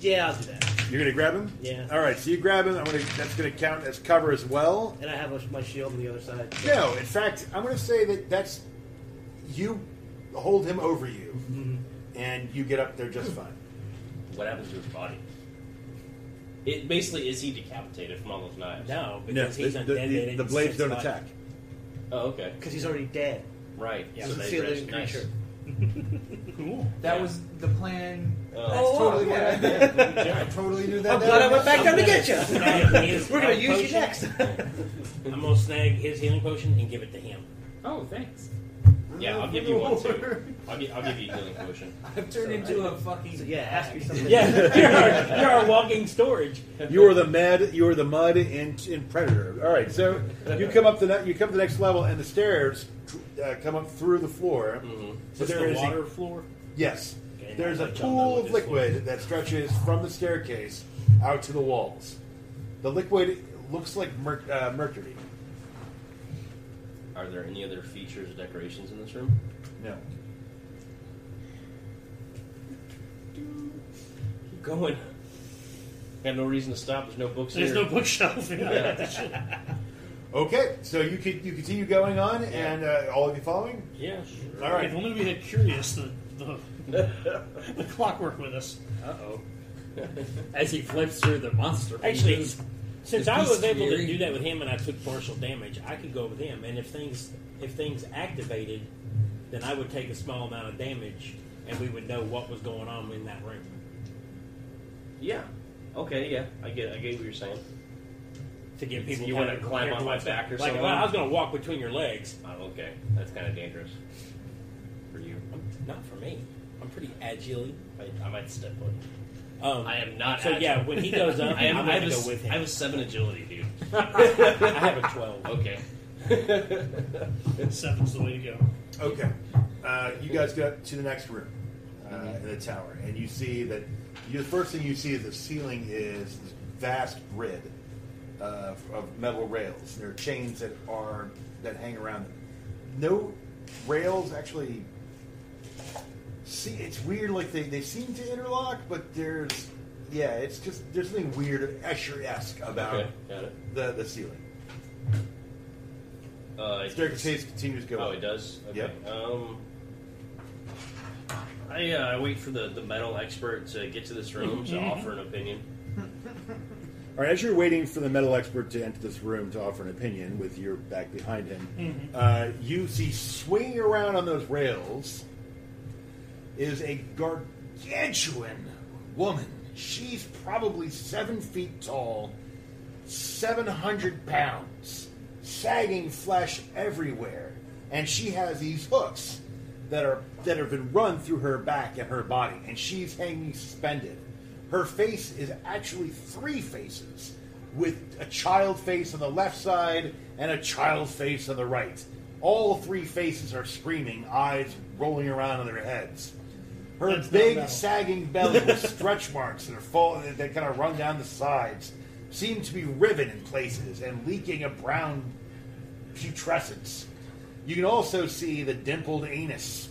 S6: Yeah, I'll do that.
S2: You're gonna grab him.
S6: Yeah.
S2: All right. So you grab him. I'm gonna. That's gonna count as cover as well.
S6: And I have my shield on the other side.
S2: No. In fact, I'm gonna say that that's you hold him over you,
S3: Mm-hmm.
S2: and you get up there just fine.
S5: What happens to his body? It basically is he decapitated from all those knives.
S3: No, because he's
S2: the,
S3: undead.
S2: the-
S3: they
S2: the-
S3: didn't
S2: the blades
S3: sense
S2: don't
S3: life.
S2: attack.
S5: Oh, okay.
S6: Because he's already dead.
S5: Right.
S6: Yeah,
S5: so
S6: he's
S5: they
S6: a
S5: dressed
S6: living
S5: nice.
S6: creature.
S8: Cool.
S4: That
S5: Yeah.
S4: was the plan.
S5: Oh.
S4: That's totally what I did. I totally knew that.
S6: I'm
S4: that
S6: glad I
S4: would
S6: went
S4: happen.
S6: back down to get you. We're
S3: We're
S6: gonna use you next.
S3: I'm gonna snag his healing potion and give it to him.
S9: Oh, thanks.
S5: Yeah, I'll give you one too. I'll, gi- I'll give you a healing potion.
S9: I've turned into a fucking.
S6: So, yeah, ask me something.
S3: you're, you're our walking storage.
S2: You are the mad. You are the mud in, in Predator. All right, so you come up the ne- you come to the next level, and the stairs uh, come up through the floor. So
S3: Mm-hmm. Just
S2: there
S3: the
S2: is a-
S3: water floor.
S2: yes,
S3: Okay,
S2: there's
S3: now
S2: a
S3: I jump
S2: pool
S3: down
S2: of
S3: with this
S2: liquid that stretches from the staircase out to the walls. The liquid looks like merc- uh, mercury.
S5: Are there any other features or decorations in this room?
S2: No,
S5: Keep going. I have no reason to stop. There's no books
S8: There's
S5: here.
S8: no bookshelf. Yeah.
S2: Okay, so you could you continue going on, and uh, all of you following.
S5: Yeah. Sure.
S2: All right.
S8: If only we had curious the the, the clockwork with us.
S9: Uh oh. As he flips through the monster.
S3: Actually, since
S9: the
S3: I was
S9: beast
S3: able to
S9: fury.
S3: do that with him and I took partial damage, I could go with him. And if things if things activated, then I would take a small amount of damage, and we would know what was going on in that room.
S5: Yeah. Okay, yeah, I get, I get what you're saying.
S3: to get people.
S5: You want
S3: kind
S5: to
S3: of
S5: climb on my
S3: paralyzed.
S5: back or
S3: like,
S5: something?
S3: Like I was going to walk between your legs.
S5: Oh, okay, that's kind of dangerous for you.
S3: Um, Not for me. I'm pretty agile.
S5: I, I might step on. you.
S3: Um,
S5: I am not.
S3: So
S5: agile.
S3: yeah, when he goes up,
S5: I, am,
S3: I'm
S5: I
S3: going
S5: have
S3: to
S5: a,
S3: go with him.
S5: I have a seven agility, dude.
S3: I have a twelve.
S5: Okay.
S8: Seven's the way to go.
S2: Okay. Uh, you guys go to the next room uh, in the tower, and you see that you, the first thing you see is the ceiling is this vast grid of, of metal rails. There are chains that are that hang around them. No rails actually. See, it's weird. Like they, they seem to interlock, but there's yeah, it's just there's something weird, Escher-esque about
S5: Okay, got it.
S2: the the ceiling.
S5: Uh,
S2: Staircase continues going.
S5: Oh, it does. Okay.
S2: Yep.
S5: Um, I uh, I wait for the, the metal expert to get to this room to offer an opinion.
S2: All right, as you're waiting for the metal expert to enter this room to offer an opinion with your back behind him,
S8: Mm-hmm.
S2: uh, you see swinging around on those rails is a gargantuan woman. She's probably seven feet tall, 700 pounds, sagging flesh everywhere. And she has these hooks that are that have been run through her back and her body, and she's hanging suspended. Her face is actually three faces, with a child face on the left side and a child face on the right. All three faces are screaming, eyes rolling around on their heads. Her
S8: That's not
S2: big,
S8: metal.
S2: sagging belly with stretch marks that are fall that, that kind of run down the sides seem to be riven in places and leaking a brown putrescence. You can also see the dimpled anus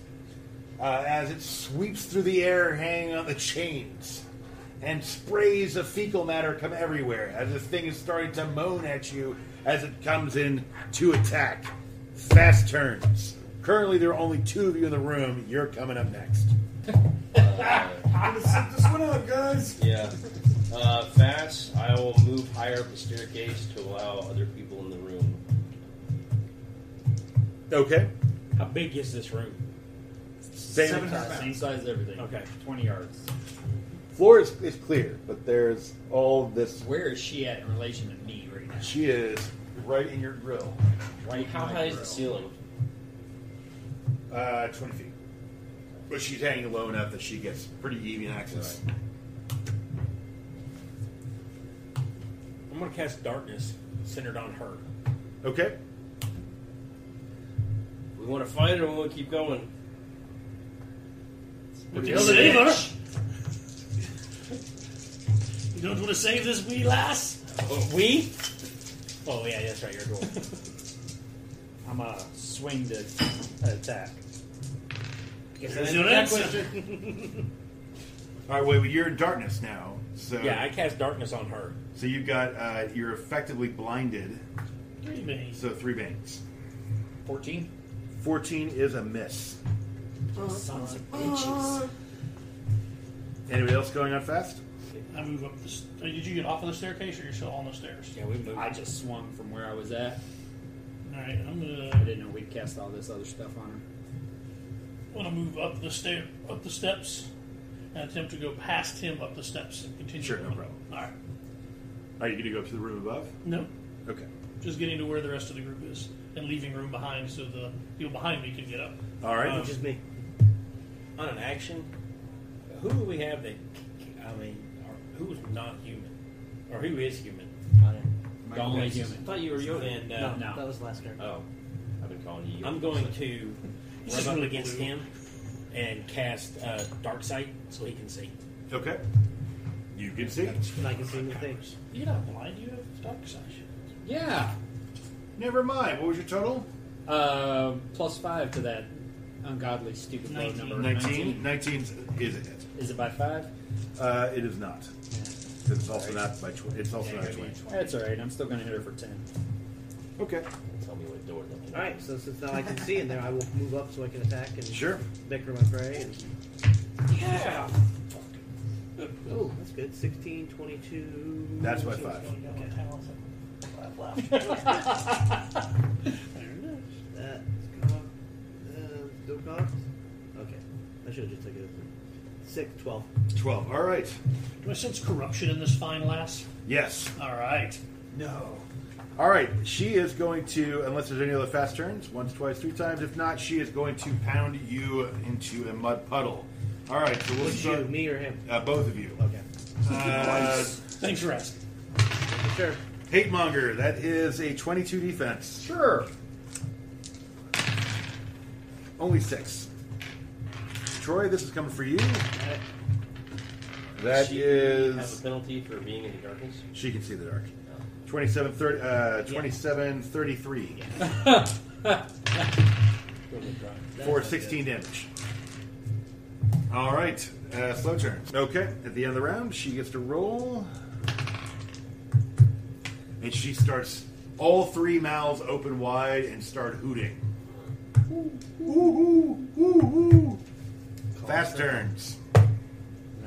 S2: uh, as it sweeps through the air, hanging on the chains, and sprays of fecal matter come everywhere as the thing is starting to moan at you as it comes in to attack. Fast turns. Currently, there are only two of you in the room. You're coming up next.
S6: I'm gonna set this one up, guys.
S5: Uh, Yeah. Uh, fast. I will move higher up the staircase to allow other people in the room.
S2: Okay.
S3: How big is this room?
S2: Same
S6: 700 pounds.
S7: Same size as everything.
S3: Okay.
S7: twenty yards.
S2: floor is, is clear, but there's all this.
S9: Where is she at in relation to me right now?
S2: She is right in your grill.
S9: Right
S5: How
S9: in my
S5: high is the
S9: grill.
S5: ceiling?
S2: Uh, 20 feet. But she's hanging low enough that she gets pretty even access.
S3: I'm going to cast darkness centered on her.
S2: Okay.
S5: We want to fight or we want to keep going?
S8: But you don't save her. You don't want to save this wee lass?
S3: we? Oh yeah, that's right. You're cool.
S7: I'm gonna swing the attack.
S8: There's your answer.
S2: All right, wait, but you're in darkness now. So,
S3: yeah, I cast darkness on her.
S2: so you've got, uh, you're effectively blinded.
S8: Three babies.
S2: So three bangs.
S9: Fourteen.
S2: 14 is a miss.
S9: Oh, Sons of bitches.
S2: Anybody else going on fast?
S8: I move up the. St- did you get off of the staircase, or you're still on the stairs?
S3: Yeah, we moved.
S9: I just swung from where I was at.
S8: All right, I'm
S9: I
S8: gonna.
S9: didn't know we'd cast all this other stuff on her.
S8: Want to move up the stair, up the steps, and attempt to go past him up the steps and continue.
S2: Sure, no
S8: on.
S2: problem.
S8: All right.
S2: Are you going to go up to the room above?
S8: No,
S2: Okay.
S8: just getting to where the rest of the group is and leaving room behind so the people behind me can get up.
S2: All right.
S8: Um,
S3: Which is me. On an action, who do we have that? I mean, are, who's not human, or who is human?
S9: The only human.
S5: thought you were
S3: Then uh,
S9: No.
S6: That was the last turn.
S5: Oh, I've been calling you.
S3: I'm going to
S8: This
S3: rub
S8: is
S3: up
S8: really
S3: against
S8: blue.
S3: him and cast uh, dark sight so he can see.
S2: Uh, Okay. You can see.
S6: And I can see new things.
S8: You're not blind. You have dark side.
S9: Yeah.
S2: Never mind. What was your total?
S9: Uh, plus five to that ungodly, stupid low
S8: Nineteen.
S9: number.
S2: 19. 19 is it.
S9: Is it by five?
S2: Uh, it is not. It's also not by 20. It's also not a 20.
S9: That's all right. I'm still gonna hit her for ten.
S2: Okay.
S5: Tell me what door that
S6: All right, so since now I can see in there, I will move up so I can attack and
S2: Sure.
S6: bicker my prey. And,
S5: Yeah.
S6: oh, that's good. 16, 22.
S2: That's my five.
S6: Five left. Fair enough. That's gone. Uh, still gone? Okay. I should have just taken it. Six, twelve.
S2: 12. All right.
S8: Do I sense corruption in this fine lass?
S2: Yes.
S8: All right.
S2: No. All right. She is going to, unless there's any other fast turns, once, twice, three times. If not, she is going to pound you into a mud puddle. All right. So we'll
S6: Would you,
S2: start-
S6: me or him?
S2: Uh, both of you. Okay. Uh,
S8: Thanks for asking.
S2: Sure. Hate monger. That is a 22 defense.
S9: Sure.
S2: Only six. Troy, this is coming for you. That is.
S5: She Have a penalty for being in the darkness.
S2: She can see the dark. 27, 30, uh, 27 33. for 16 damage. All right, uh, slow turn. Okay, at the end of the round, she gets to roll. And she starts all three mouths open wide and start hooting. Woo-hoo, woo-hoo. Fast turns.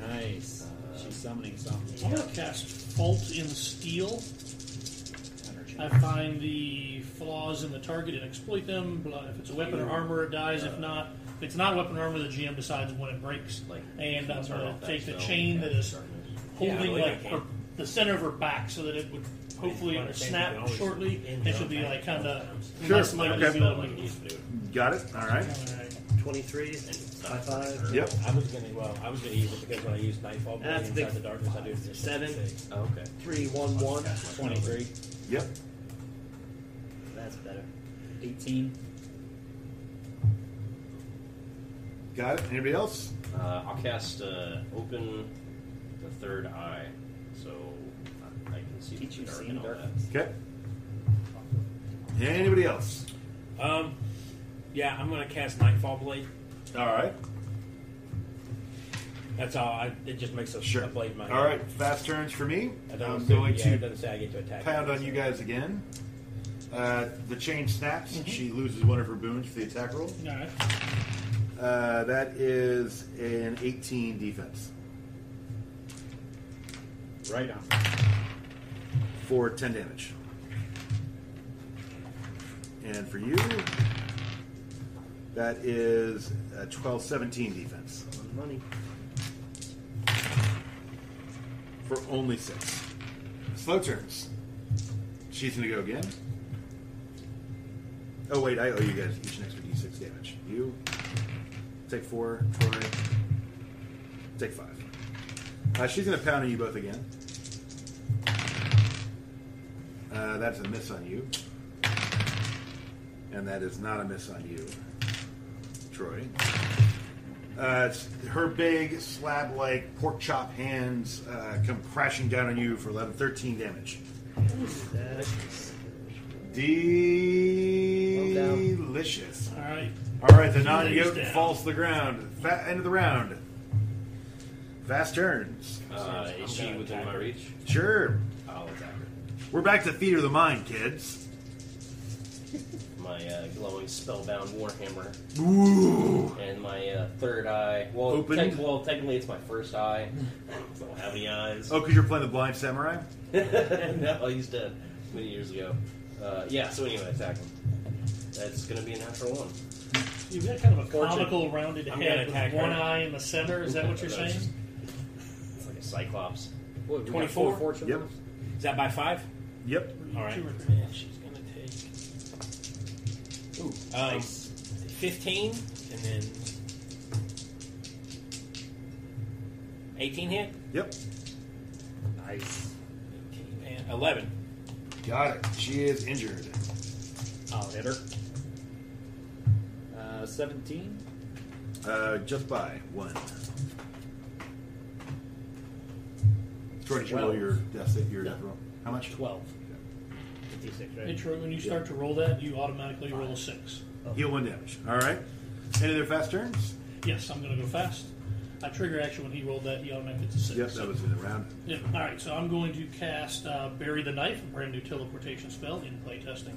S9: Nice. She's summoning
S8: I'm
S9: something.
S8: going to cast Fault in Steel. I find the flaws in the target and exploit them. Blah, If it's a weapon or armor, it dies. If not, if it's not weapon or armor, the GM decides when it breaks. And I'm
S5: turn
S8: going
S5: off
S8: to
S5: that
S8: take the
S5: spell.
S8: chain that is
S3: Yeah, I
S8: holding
S3: believe I
S8: like
S3: can.
S8: her, the center of her back, so that it would hopefully
S3: Understand you can
S8: snap
S3: always
S8: shortly.
S3: end
S8: It
S3: your
S8: should be
S3: own
S8: like
S3: back.
S8: kind of
S2: Sure,
S8: less likely to
S2: okay.
S8: be able to make
S3: Used to do it.
S2: Got it? All right.
S8: it. All right.
S6: 23, high five.
S2: Yep.
S3: I was gonna well, I was gonna use it because when I use nightfall blade
S6: That's
S3: inside
S6: big-
S3: the darkness, I do it.
S6: seven.
S5: Oh, okay.
S6: Three, one, one.
S9: 23.
S2: Yep.
S6: That's better.
S9: 18.
S2: Got it. Anybody else?
S5: Uh, I'll cast uh, open the third eye, so I I can see
S6: Teach
S5: the
S6: you
S5: dark
S6: seeing
S5: and all that.
S6: darkness.
S2: Okay. Anybody else?
S3: Um, yeah, I'm gonna cast nightfall blade.
S2: All right.
S3: That's all. I, it just makes a,
S2: Sure.
S3: a blade in my
S2: All right. Fast turns for me.
S3: I don't uh,
S2: I'm
S3: say,
S2: going
S3: yeah, It
S2: to
S3: doesn't say I get to attack.
S2: pound on you guys again. Uh, the chain snaps.
S3: Mm-hmm.
S2: She loses one of her boons for the attack roll.
S8: All right.
S2: Uh, that is an 18 defense
S9: Right on.
S2: for 10 damage. And for you, that is a 12 17 defense
S6: On money.
S2: for only six. Slow turns. She's going to go again. Oh, wait, I owe you guys each an extra d6 damage. You take four, Troy, take five. Uh, she's going to pound on you both again. Uh, that's a miss on you. And that is not a miss on you, Troy. Uh, it's- her big slab like pork chop hands uh, come crashing down on you for 11, 13 damage.
S6: That is-
S2: Delicious.
S8: All right.
S2: All right, the non
S8: Lays
S2: yoke
S8: down.
S2: falls to the ground. Fa- end of the round. Fast turns.
S5: Uh, is she within my reach?
S2: Sure.
S5: I'll attack her.
S2: We're back to theater of the mind, kids.
S5: My uh, glowing spellbound warhammer
S2: Ooh.
S5: and my uh, third eye. Well,
S2: Open.
S5: tec- well, technically it's my first eye. I don't have any eyes.
S2: Oh, because you're playing the blind samurai?
S5: no, he's dead many years ago. Uh, yeah. So anyway, attack him. That's gonna be a natural one.
S8: You've got kind of a
S5: Fortune.
S8: comical rounded
S3: I'm gonna
S8: head
S3: attack
S8: with
S3: her.
S8: one eye in the center. Is that what you're
S5: That's
S8: saying?
S5: just- It's like a cyclops.
S6: What, we got
S3: 24?
S6: four fortune
S2: Yep.
S6: left?
S3: Is that by five?
S2: Yep.
S3: All right.
S8: Two or three.
S3: Yeah, she's gonna take. Ooh, um, fifteen, and then eighteen hit.
S2: Yep.
S6: Nice.
S3: 18 and eleven.
S2: Got it. She is injured.
S3: Oh,
S9: I'll hit her. Uh, 17.
S2: Uh, just by one. Troy, did you roll
S6: Twelve.
S2: your death, your
S6: No.
S2: death roll? How much?
S6: 12. 56,
S8: Hey,
S6: right?
S8: Troy, when you start to roll that, you automatically roll a six.
S2: Heal one damage. All right. Any other fast turns?
S8: Yes, I'm going to go fast. I trigger action when he rolled that. He automatically gets a six.
S2: Yep, that was in the round.
S8: Yeah, All right, so I'm going to cast uh, Bury the Knife, a brand new teleportation spell in playtesting.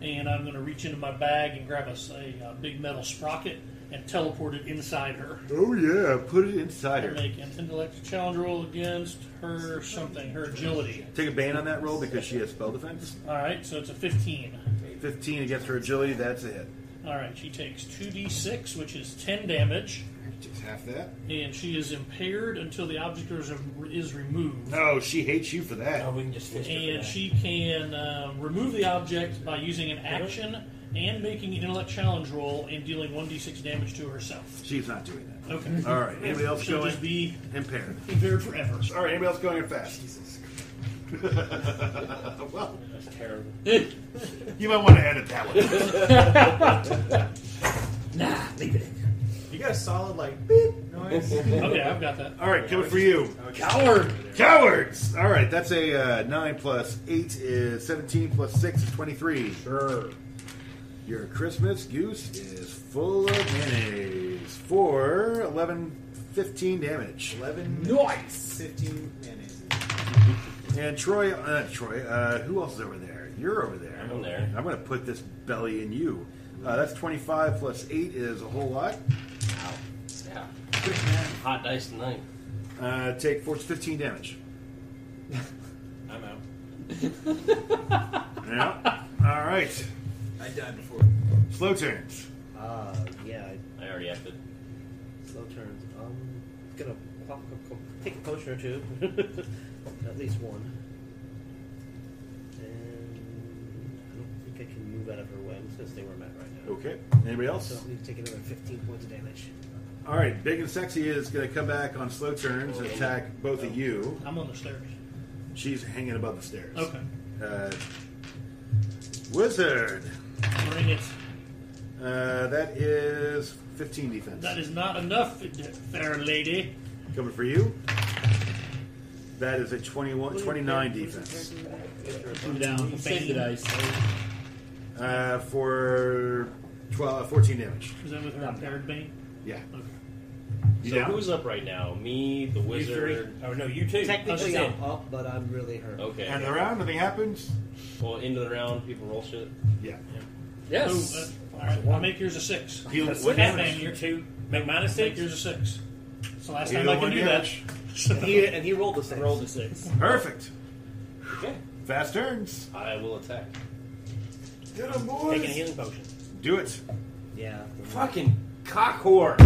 S8: And I'm going to reach into my bag and grab a, s- a, uh, big metal sprocket and teleport it inside her.
S2: Oh yeah, put it inside
S8: And
S2: her.
S8: Make an intellect challenge roll against her something, her agility.
S2: Take a ban on that roll because she has spell defense.
S8: All right, so it's a 15.
S2: Fifteen against her agility. That's a hit.
S8: All right, she takes 2d6, which is 10 damage,
S2: Just half that.
S8: and she is impaired until the object is, is removed.
S2: No, Oh, she hates you for
S6: Oh,
S2: that.
S3: we can just fist her for
S8: And
S3: that.
S8: she can uh, remove the object by using an action and making an intellect challenge roll and dealing 1d6 damage to herself.
S2: She's not doing that.
S8: Okay.
S2: All right. Anybody else
S8: She'll
S2: going?
S8: just be
S2: Impaired.
S8: impaired forever.
S2: All right. Anybody else going in fast? Jesus. well,
S3: That's terrible.
S2: you might want to edit that one.
S10: Nah, leave it.
S4: You got a solid like beep noise.
S8: Okay, I've got that.
S2: All right, coming for you.
S8: Coward!
S2: Cowards! All right, that's a uh, 9 plus 8 is 17 plus 6 is 23. Sure. Your Christmas goose is full of mayonnaise for 11, 15 damage.
S4: 11,
S9: Nice.
S4: 15 mayonnaise.
S2: And Troy, uh, Troy, uh, who else is over there? You're over there.
S5: I'm there.
S2: I'm going to put this belly in you. Uh, that's 25 plus 8 is a whole lot.
S5: Yeah. Hot dice tonight.
S2: Uh, take force 15 damage.
S3: I'm out.
S2: Yeah. All right.
S4: I died before.
S2: Slow turns.
S6: Uh, yeah, I-
S5: I already acted.
S6: slow turns. I'm gonna pop, pop- pop- take a potion or two, at least one. And I don't think I can move out of her way. I'm just gonna stay where I'm at right now.
S2: Okay. Anybody else?
S6: So I need to take another 15 points of damage.
S2: All right, big and sexy is going to come back on slow turns and attack both of you.
S8: I'm on the stairs.
S2: She's hanging above the stairs.
S8: Okay.
S2: Uh, wizard,
S8: Bring it.
S2: uh, that is 15 defense.
S8: That is not enough, fair lady.
S2: Coming for you. That is a 21, 29 defense.
S7: Come down, bang the dice.
S2: Uh, for 12, 14 damage.
S8: Is that with her impaired bane?
S2: Yeah.
S8: Okay.
S2: You
S5: So
S2: down?
S5: who's up right now? Me, the wizard.
S3: Oh no, you too.
S6: Technically,
S8: Understand.
S6: I'm up, but I'm really hurt.
S5: Okay.
S2: And around, nothing happens?
S5: well, into the round, people roll shit.
S2: Yeah.
S10: Yes.
S8: Oh, uh, all right, I'll make yours a six.
S2: Heal-
S3: What
S8: damage.
S3: happened? You're two. Make minus
S8: Take
S3: six.
S8: yours a six. It's the last
S2: Heal
S8: time I
S2: one
S8: can do
S2: damage.
S6: And he, and he rolled the same.
S7: Roll the six.
S2: Perfect.
S5: Okay.
S2: Fast turns.
S5: I will attack.
S2: Get him,
S3: Take a healing potion.
S2: Do it.
S6: Yeah.
S5: Fucking cock whore.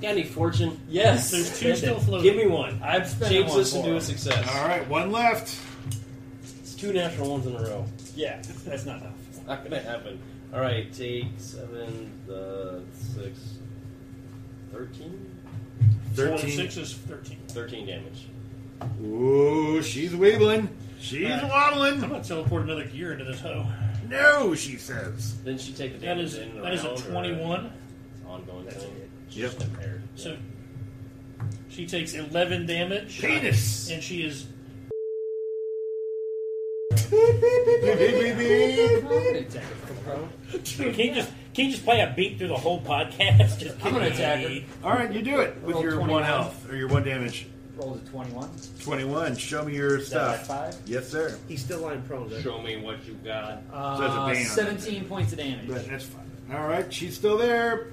S5: Got any fortune?
S7: Yes.
S8: There's two still floating.
S5: Give me one.
S7: I've spent
S5: Change
S7: one
S5: this
S7: for.
S5: into a success.
S2: All right, one left.
S5: It's two natural ones in a row.
S7: Yeah, that's not enough.
S5: Not gonna happen. All right, take seven, uh, six, thirteen.
S8: So one
S2: 13.
S8: six is thirteen.
S5: 13 damage.
S2: Ooh, she's wibbling. She's
S8: Alright. I'm
S2: waddling.
S8: gonna teleport another gear into this hoe.
S2: No, she says.
S5: Then she take the
S8: That
S5: damage
S8: is
S5: in the
S8: that is a
S5: round, or
S8: twenty-one.
S5: it's Ongoing thing.
S2: Yep.
S5: Just impaired.
S8: So she takes eleven damage,
S2: Penis.
S8: and she is
S2: Beep, beep, beep, beep.
S3: Can you just can you just play a beat through the whole podcast? Just
S9: I'm gonna attack her.
S2: All right, you do it with
S9: Roll
S2: your
S9: 21.
S2: one health or your one damage.
S9: Rolled a 21.
S2: 21. Show me your
S9: that
S2: stuff.
S9: like five?
S2: Yes, sir.
S6: He's still lying prone. though.
S5: Show me what you got.
S9: Uh,
S2: that's a ban.
S9: 17 points of damage.
S2: But that's fine. All right, she's still there.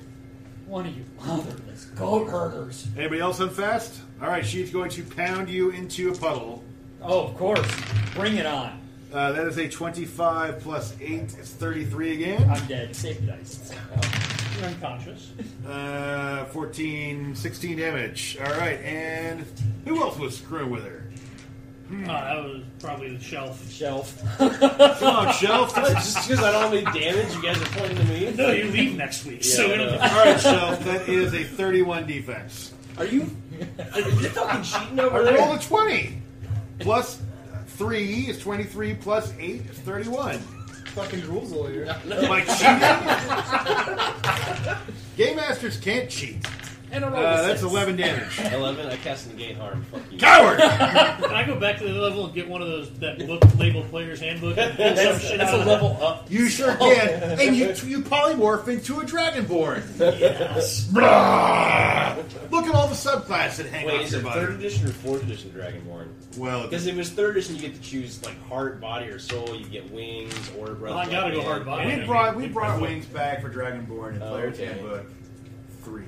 S9: One of you motherless goat herders.
S2: Anybody else on fast? All right, she's going to pound you into a puddle.
S9: Oh, of course. Bring it on.
S2: Uh, that is a 25 plus 8. It's 33 again.
S9: I'm dead. Save the dice.
S8: you're unconscious.
S2: Uh, 14, 16 damage. All right, and who else was screwing with her?
S3: Hmm.
S8: Uh, that was probably the shelf.
S9: Shelf.
S2: Come on, Shelf. That's
S5: Just because I don't need damage, you guys are pointing to me?
S8: No, you leave next week, so
S5: Yeah, I
S8: it'll.
S5: know.
S2: All right, Shelf. That is a 31 defense.
S5: Are you, are you fucking cheating
S2: I
S5: over
S2: rolled
S5: there?
S2: a 20. Plus 3 is 23. Plus 8 is 31.
S4: Fucking rules lawyer.
S2: Am I cheating? Game Masters can't cheat.
S9: And a
S5: Oh,
S9: roll
S2: Uh,
S9: a
S2: that's
S9: six.
S2: 11 damage.
S5: 11, I cast negate harm. Fuck you.
S2: Coward!
S8: Can I go back to the level and get one of those that book labeled player's handbook? And pull some
S9: That's,
S8: shit
S9: that's
S8: out
S9: a
S8: of
S9: level up.
S2: You sure
S5: Oh.
S2: can. And you, you polymorph into a dragonborn.
S8: that? Yes.
S2: Brah! Look at all the subclasses that hang
S5: Wait,
S2: off
S5: is
S2: your
S5: it third
S2: body.
S5: edition or fourth edition Dragonborn?
S2: Well,
S5: Because if it's third edition, you get to choose like heart, body, or soul. You get wings, or breath.
S8: Well, I gotta go
S5: weapon.
S8: hard body.
S2: we brought, we brought wings back for Dragonborn in
S5: Oh,
S2: Player's
S5: okay.
S2: Handbook 3.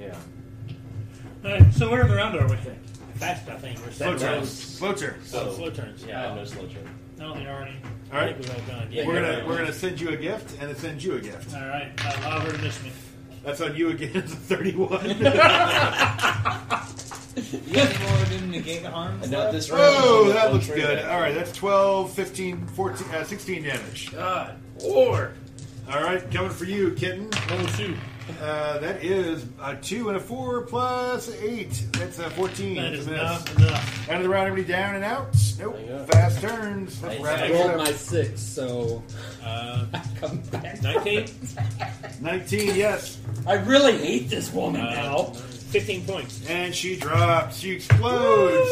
S5: Yeah.
S8: Alright, so where in the round are we?
S3: Fast, I think. We're
S2: Slow
S3: set.
S2: turns. Slow turns.
S5: So
S3: slow turns.
S8: Oh.
S5: Yeah, I have no slow turn.
S8: No, they are any.
S2: All right,
S8: We're all gone.
S2: we're gonna we're gonna send you a gift and then send you a gift.
S8: All right. Allow her to miss me.
S2: That's on you again. It's a thirty-one.
S4: harm.
S5: Now this round,
S2: oh,
S5: I'm
S2: that
S5: gonna
S2: looks
S5: trade
S2: good.
S5: back.
S2: All right, that's 12, 15, 14, uh, 16 damage.
S5: God, or
S2: All right, coming for you, kitten.
S8: Roll a two.
S2: Uh, that is a two and a four plus eight. That's a fourteen.
S8: That
S2: That's
S8: is
S2: a miss.
S8: not enough.
S2: End of the round, everybody down and out.
S5: Hang on.
S2: Nope. Fast turns. Let's
S5: Nice.
S2: wrap
S5: I
S2: it
S10: rolled
S2: up.
S10: my six, so
S3: Uh,
S10: I come back.
S3: 19?
S2: Nineteen, yes.
S10: I really hate this woman
S3: Uh,
S10: now.
S3: 15 points.
S2: And she drops. She explodes.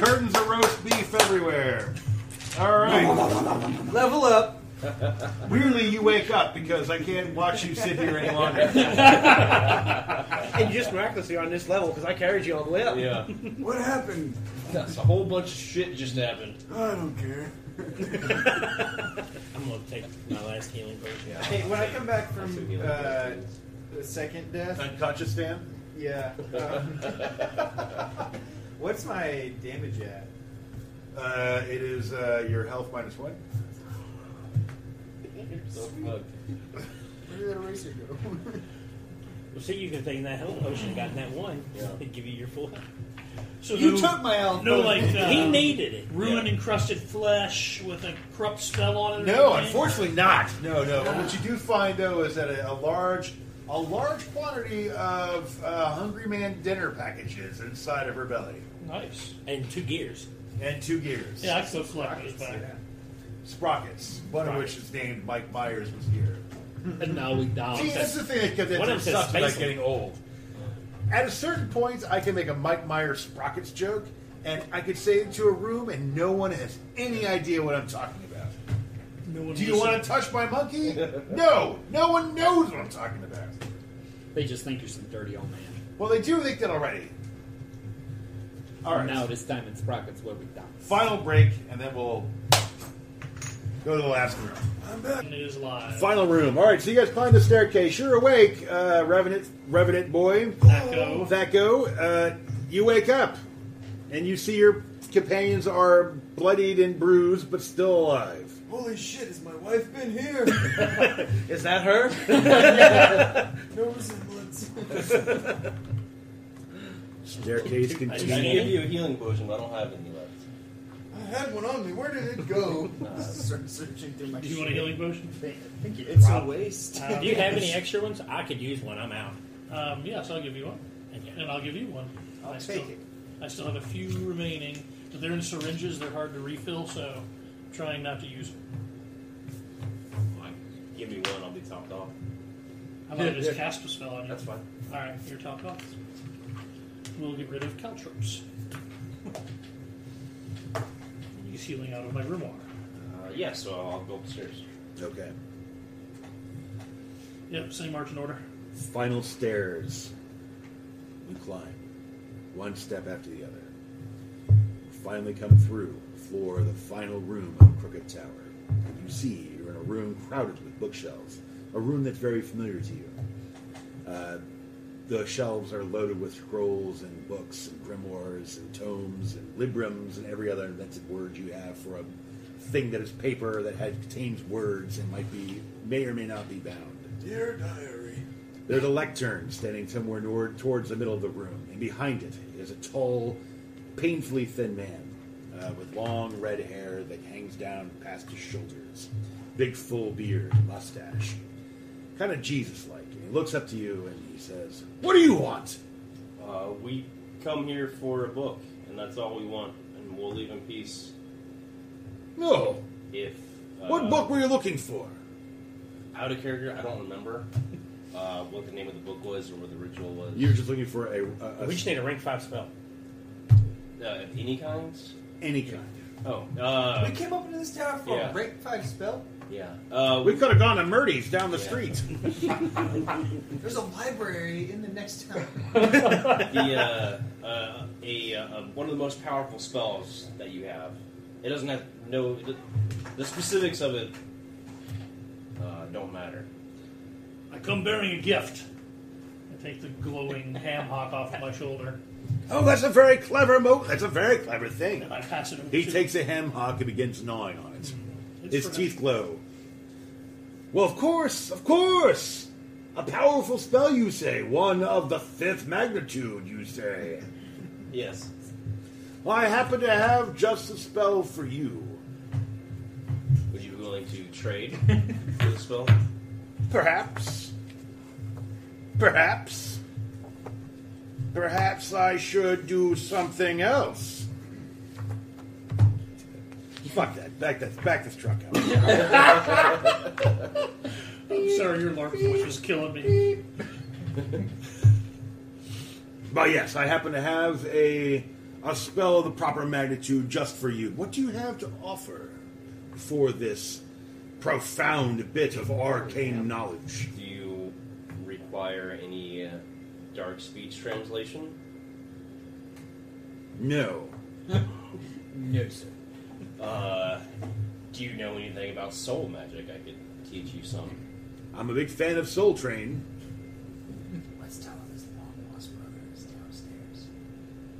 S2: Curtains of roast beef everywhere. All right.
S4: Level up.
S2: Weirdly, you wake up because I can't watch you sit here any longer.
S6: And you just miraculously are on this level because I carried you all the way up.
S5: yeah,
S4: What happened?
S5: that's a whole bunch of shit just happened.
S4: I don't care.
S3: I'm going to take my last healing potion.
S4: Hey, when I come back
S5: That's a
S4: from
S5: healing
S4: uh,
S5: potion.
S4: the second death,
S2: Unconscious, Dan.
S4: yeah. um, what's my damage at?
S2: Uh, it is uh, your health minus one.
S5: So fucked.
S4: Where did that eraser go?
S3: Well, see, you could have taken that health potion and gotten that one.
S5: Yeah.
S3: It'd give you your full health.
S8: So
S4: you
S8: no,
S4: took my health.
S8: no, like uh,
S3: he needed it.
S8: ruined encrusted flesh with a corrupt spell on it. or
S2: No,
S8: anything?
S2: unfortunately not. No, no. But what you do find though is that a, a large, a large quantity of uh, Hungry Man dinner packages inside of her belly,
S8: Nice.
S3: And two gears.
S2: and two gears,
S8: Yeah, I could have flipped this back.
S2: sprockets. One of which is named Mike Myers was here.
S10: And now we down.
S2: See, that's the thing that
S3: One of them
S2: that
S3: says
S2: sucks about
S3: space.
S2: getting old. At a certain point, I can make a Mike Myers sprockets joke, and I could say it to a room, and no one has any idea what I'm talking about.
S8: No one
S2: Do you want to touch my monkey? No, no one knows what I'm talking about.
S10: They just think you're some dirty old man.
S2: Well, they do think that already. All right.
S10: Now this time in Sprockets, where we down.
S2: Final break, and then we'll go to the last room.
S8: It is live.
S2: Final room. All right, so you guys climb the staircase. You're awake, uh, Revenant, Revenant boy.
S8: Thaco.
S2: Thaco, uh, you wake up, and you see your companions are bloodied and bruised, but still alive.
S4: Holy shit! Has my wife been here?
S6: Is that her?
S4: no resemblance.
S2: Staircase
S5: I
S2: continues.
S5: can give you a healing potion, but I don't have any left.
S4: I had one on me. Where did it go? Start searching through my.
S8: Do you want a
S4: shit.
S8: healing potion?
S4: I think it's a waste.
S8: Uh,
S3: Do you have any extra ones? I could use one. I'm out.
S8: Um, yes, I'll give you one,
S3: And yeah.
S8: and I'll give you one.
S4: I'll
S8: I
S4: take
S8: still,
S4: it.
S8: I still have a few remaining, but they're in syringes. They're hard to refill, so I'm trying not to use them.
S5: Give me one, I'll be topped off.
S8: How about I just cast a spell on you?
S5: That's fine.
S8: All right, your top off. We'll get rid of caltrops. He's healing out of my grimoire.
S5: Uh, yeah, so I'll go upstairs.
S2: Okay.
S8: Yep, same marching order.
S2: Final stairs. You climb, one step after the other. Finally, come through the floor of the final room of Crooked Tower. You see you're in a room crowded with bookshelves, a room that's very familiar to you. Uh, the shelves are loaded with scrolls and books and grimoires and tomes and librums and every other invented word you have for a thing that is paper that has, contains words and might be may or may not be bound.
S4: Dear diary.
S2: There's a lectern standing somewhere toward, towards the middle of the room, and behind it is a tall, painfully thin man uh, with long red hair that hangs down past his shoulders, big full beard, mustache, kind of Jesus-like. And he looks up to you and he says, "What do you want?"
S5: Uh, we come here for a book, and that's all we want, and we'll leave in peace
S2: No.
S5: if. Uh,
S2: What book were you looking for?
S5: Out of character, I don't remember uh, what the name of the book was or what the ritual was.
S2: You're just looking for a, a, a
S3: We just need a rank 5 spell.
S5: Uh, of any kinds?
S2: any kind.
S5: Oh, uh,
S4: We came up into this tower for
S5: Yeah.
S4: a break five spell.
S5: yeah. Uh,
S2: We could have gone to Murdy's down the
S5: Yeah.
S2: street.
S4: There's a library in the next town.
S5: the uh, uh, a uh, one of the most powerful spells that you have. It doesn't have no the, the specifics of it uh, don't matter.
S8: I come bearing a gift. I take the glowing ham hock off of my shoulder.
S2: Oh, that's a very clever mo. That's a very clever thing.
S8: I pass it over
S2: He
S8: to-
S2: takes a ham hock and begins gnawing on it.
S8: It's
S2: His
S8: for
S2: teeth glow. Well, of course, of course. A powerful spell, you say. One of the fifth magnitude, you say.
S5: Yes.
S2: Well, I happen to have just a spell for you.
S5: Would you be willing to trade for the spell?
S2: Perhaps. Perhaps. Perhaps I should do something else. Fuck that. Back that. Back this truck up.
S8: I'm sorry, your LARP voice was killing me.
S2: But yes, I happen to have a a spell of the proper magnitude just for you. What do you have to offer for this profound bit of arcane knowledge?
S5: Do you require any uh, dark speech translation?
S2: No.
S9: No, sir.
S5: Uh, do you know anything about soul magic? I could teach you some.
S2: I'm a big fan of Soul Train.
S4: Let's tell him his long lost brother is downstairs.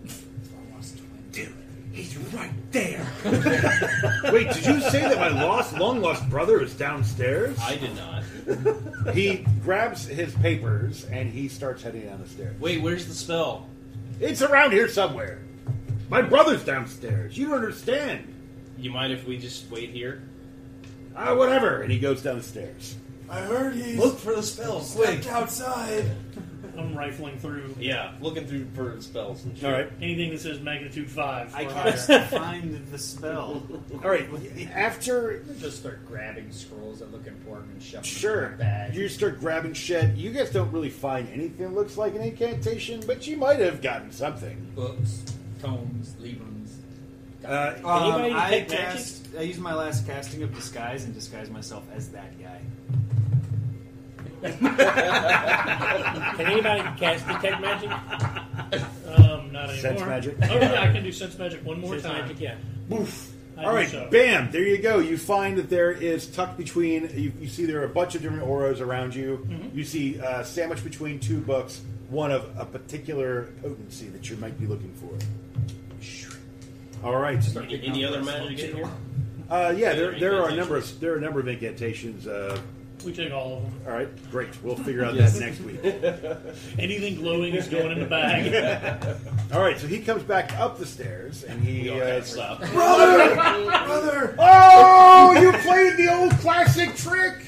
S4: His long lost twin.
S2: Dude, he's right there. Wait, did you say that my lost, long lost brother is downstairs?
S5: I did not.
S2: He grabs his papers and he starts heading down the stairs.
S5: Wait, where's the spell?
S2: It's around here somewhere. My brother's downstairs. You don't understand.
S5: You mind if we just wait here?
S2: Ah, whatever. And he goes down the stairs.
S11: I heard he's
S5: Look for the spell,
S11: stepped outside.
S8: I'm rifling through
S5: Yeah, looking through for spells. And shit.
S2: All right.
S8: anything that says magnitude 5 or
S7: I
S8: higher.
S7: can't find the spell.
S2: All right. After
S9: Just start grabbing scrolls that look important and shoving them in
S2: sure,
S9: my bag.
S2: you start grabbing shit. You guys don't really find anything that looks like an incantation, but you might have gotten something.
S9: books, tomes, libums.
S2: Uh,
S3: Anybody
S7: Um, I
S3: detect magic?
S7: cast. I used my last casting of disguise and disguise myself as that guy.
S3: Can anybody cast detect magic?
S8: Um, not anymore.
S2: Sense magic?
S8: Oh, yeah, I can do sense magic one more
S3: Sense
S8: time.
S3: magic, yeah.
S2: Boof.
S8: I
S2: All
S8: do
S2: right,
S8: so.
S2: bam! There you go. You find that there is tucked between. You, you see there are a bunch of different auras around you.
S8: Mm-hmm.
S2: You see uh, sandwiched between two books, one of a particular potency that you might be looking for. All right.
S5: Any, any other magic in here?
S2: Uh, yeah, there,
S5: Any
S2: there are a number of there are a number of incantations. Uh,
S8: We take all of them.
S2: all right, great. We'll figure out that next week.
S8: Anything glowing is going in the bag.
S2: All right, so he comes back up the stairs and he. Uh,
S5: Stop.
S11: Brother! Brother!
S2: oh, you played the old classic trick!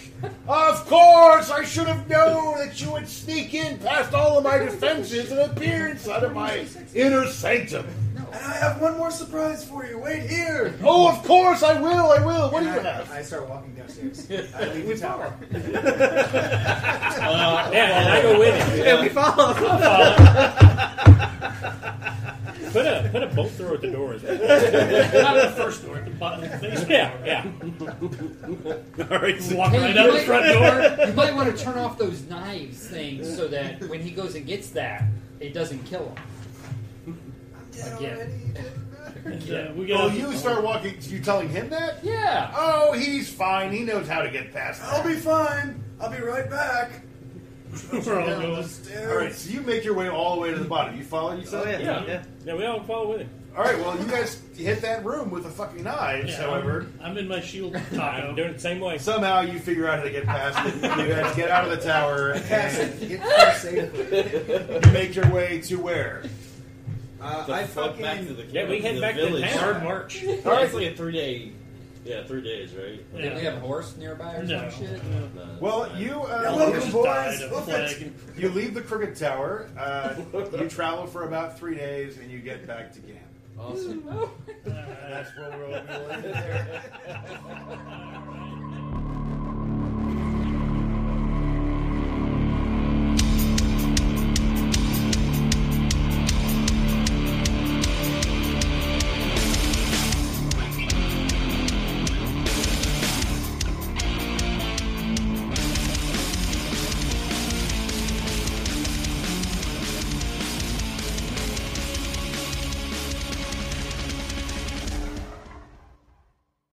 S2: Of course, I should have known that you would sneak in past all of my defenses and appear inside of my inner sanctum.
S11: And I have one more surprise for you. Wait here!
S2: Oh, of course, I will, I will. What do
S4: And
S2: you
S4: I,
S2: have?
S4: I start walking downstairs. I leave the tower.
S3: Uh, yeah, and I go with it.
S6: Yeah, we follow.
S3: Put a put a bolt thrower at the door. as well.
S8: Not the first door, at the bottom of the basement
S3: Yeah,
S8: door.
S3: yeah.
S2: All right, so-
S8: Walk
S10: Hey,
S8: right
S10: you
S8: out the
S10: might-
S8: front door.
S10: You might want to turn off those knives things so that when he goes and gets that, it doesn't kill him.
S11: I'm dead
S10: Again.
S11: already. It doesn't matter.
S8: And, uh, we get
S2: oh,
S8: out the-
S2: you start walking. You telling him that?
S10: Yeah.
S2: Oh, he's fine. He knows how to get past.
S11: I'll be fine. I'll be right back.
S8: We're all
S11: Down the
S8: going.
S11: stairs.
S2: All right, so you make your way all the way to the bottom. You follow
S5: Oh,
S2: yourself.
S6: yeah,
S3: Yeah.
S6: yeah.
S3: Yeah, we all follow with it.
S2: All right, well, you guys hit that room with a fucking knives,
S8: Yeah,
S2: however.
S8: I'm, I'm in my shield
S3: I'm
S8: taco.
S3: doing it the same way.
S2: Somehow you figure out how to get past it. You guys get out of the tower
S4: Pass
S2: and
S4: it. Get there safely.
S2: you make your way to where?
S4: Uh,
S5: The
S4: I
S5: fuck back to
S4: fucking.
S5: the
S3: Yeah, we head
S5: the
S3: back to
S5: village.
S3: town.
S8: Hard march.
S5: All right, it's like a three day. Yeah, three days, right?
S10: Do we
S8: Yeah.
S10: have a horse nearby or
S8: No.
S10: some shit?
S5: No,
S2: Well,
S5: I-
S2: you
S11: Yeah,
S2: uh,
S11: welcome,
S8: Just
S11: boys.
S8: died of
S11: Hoof it.
S8: plague.
S2: you leave the crooked tower. Uh, you travel for about three days and you get back to camp.
S5: Awesome.
S2: And that's where we'll, we'll end it there.
S8: All right.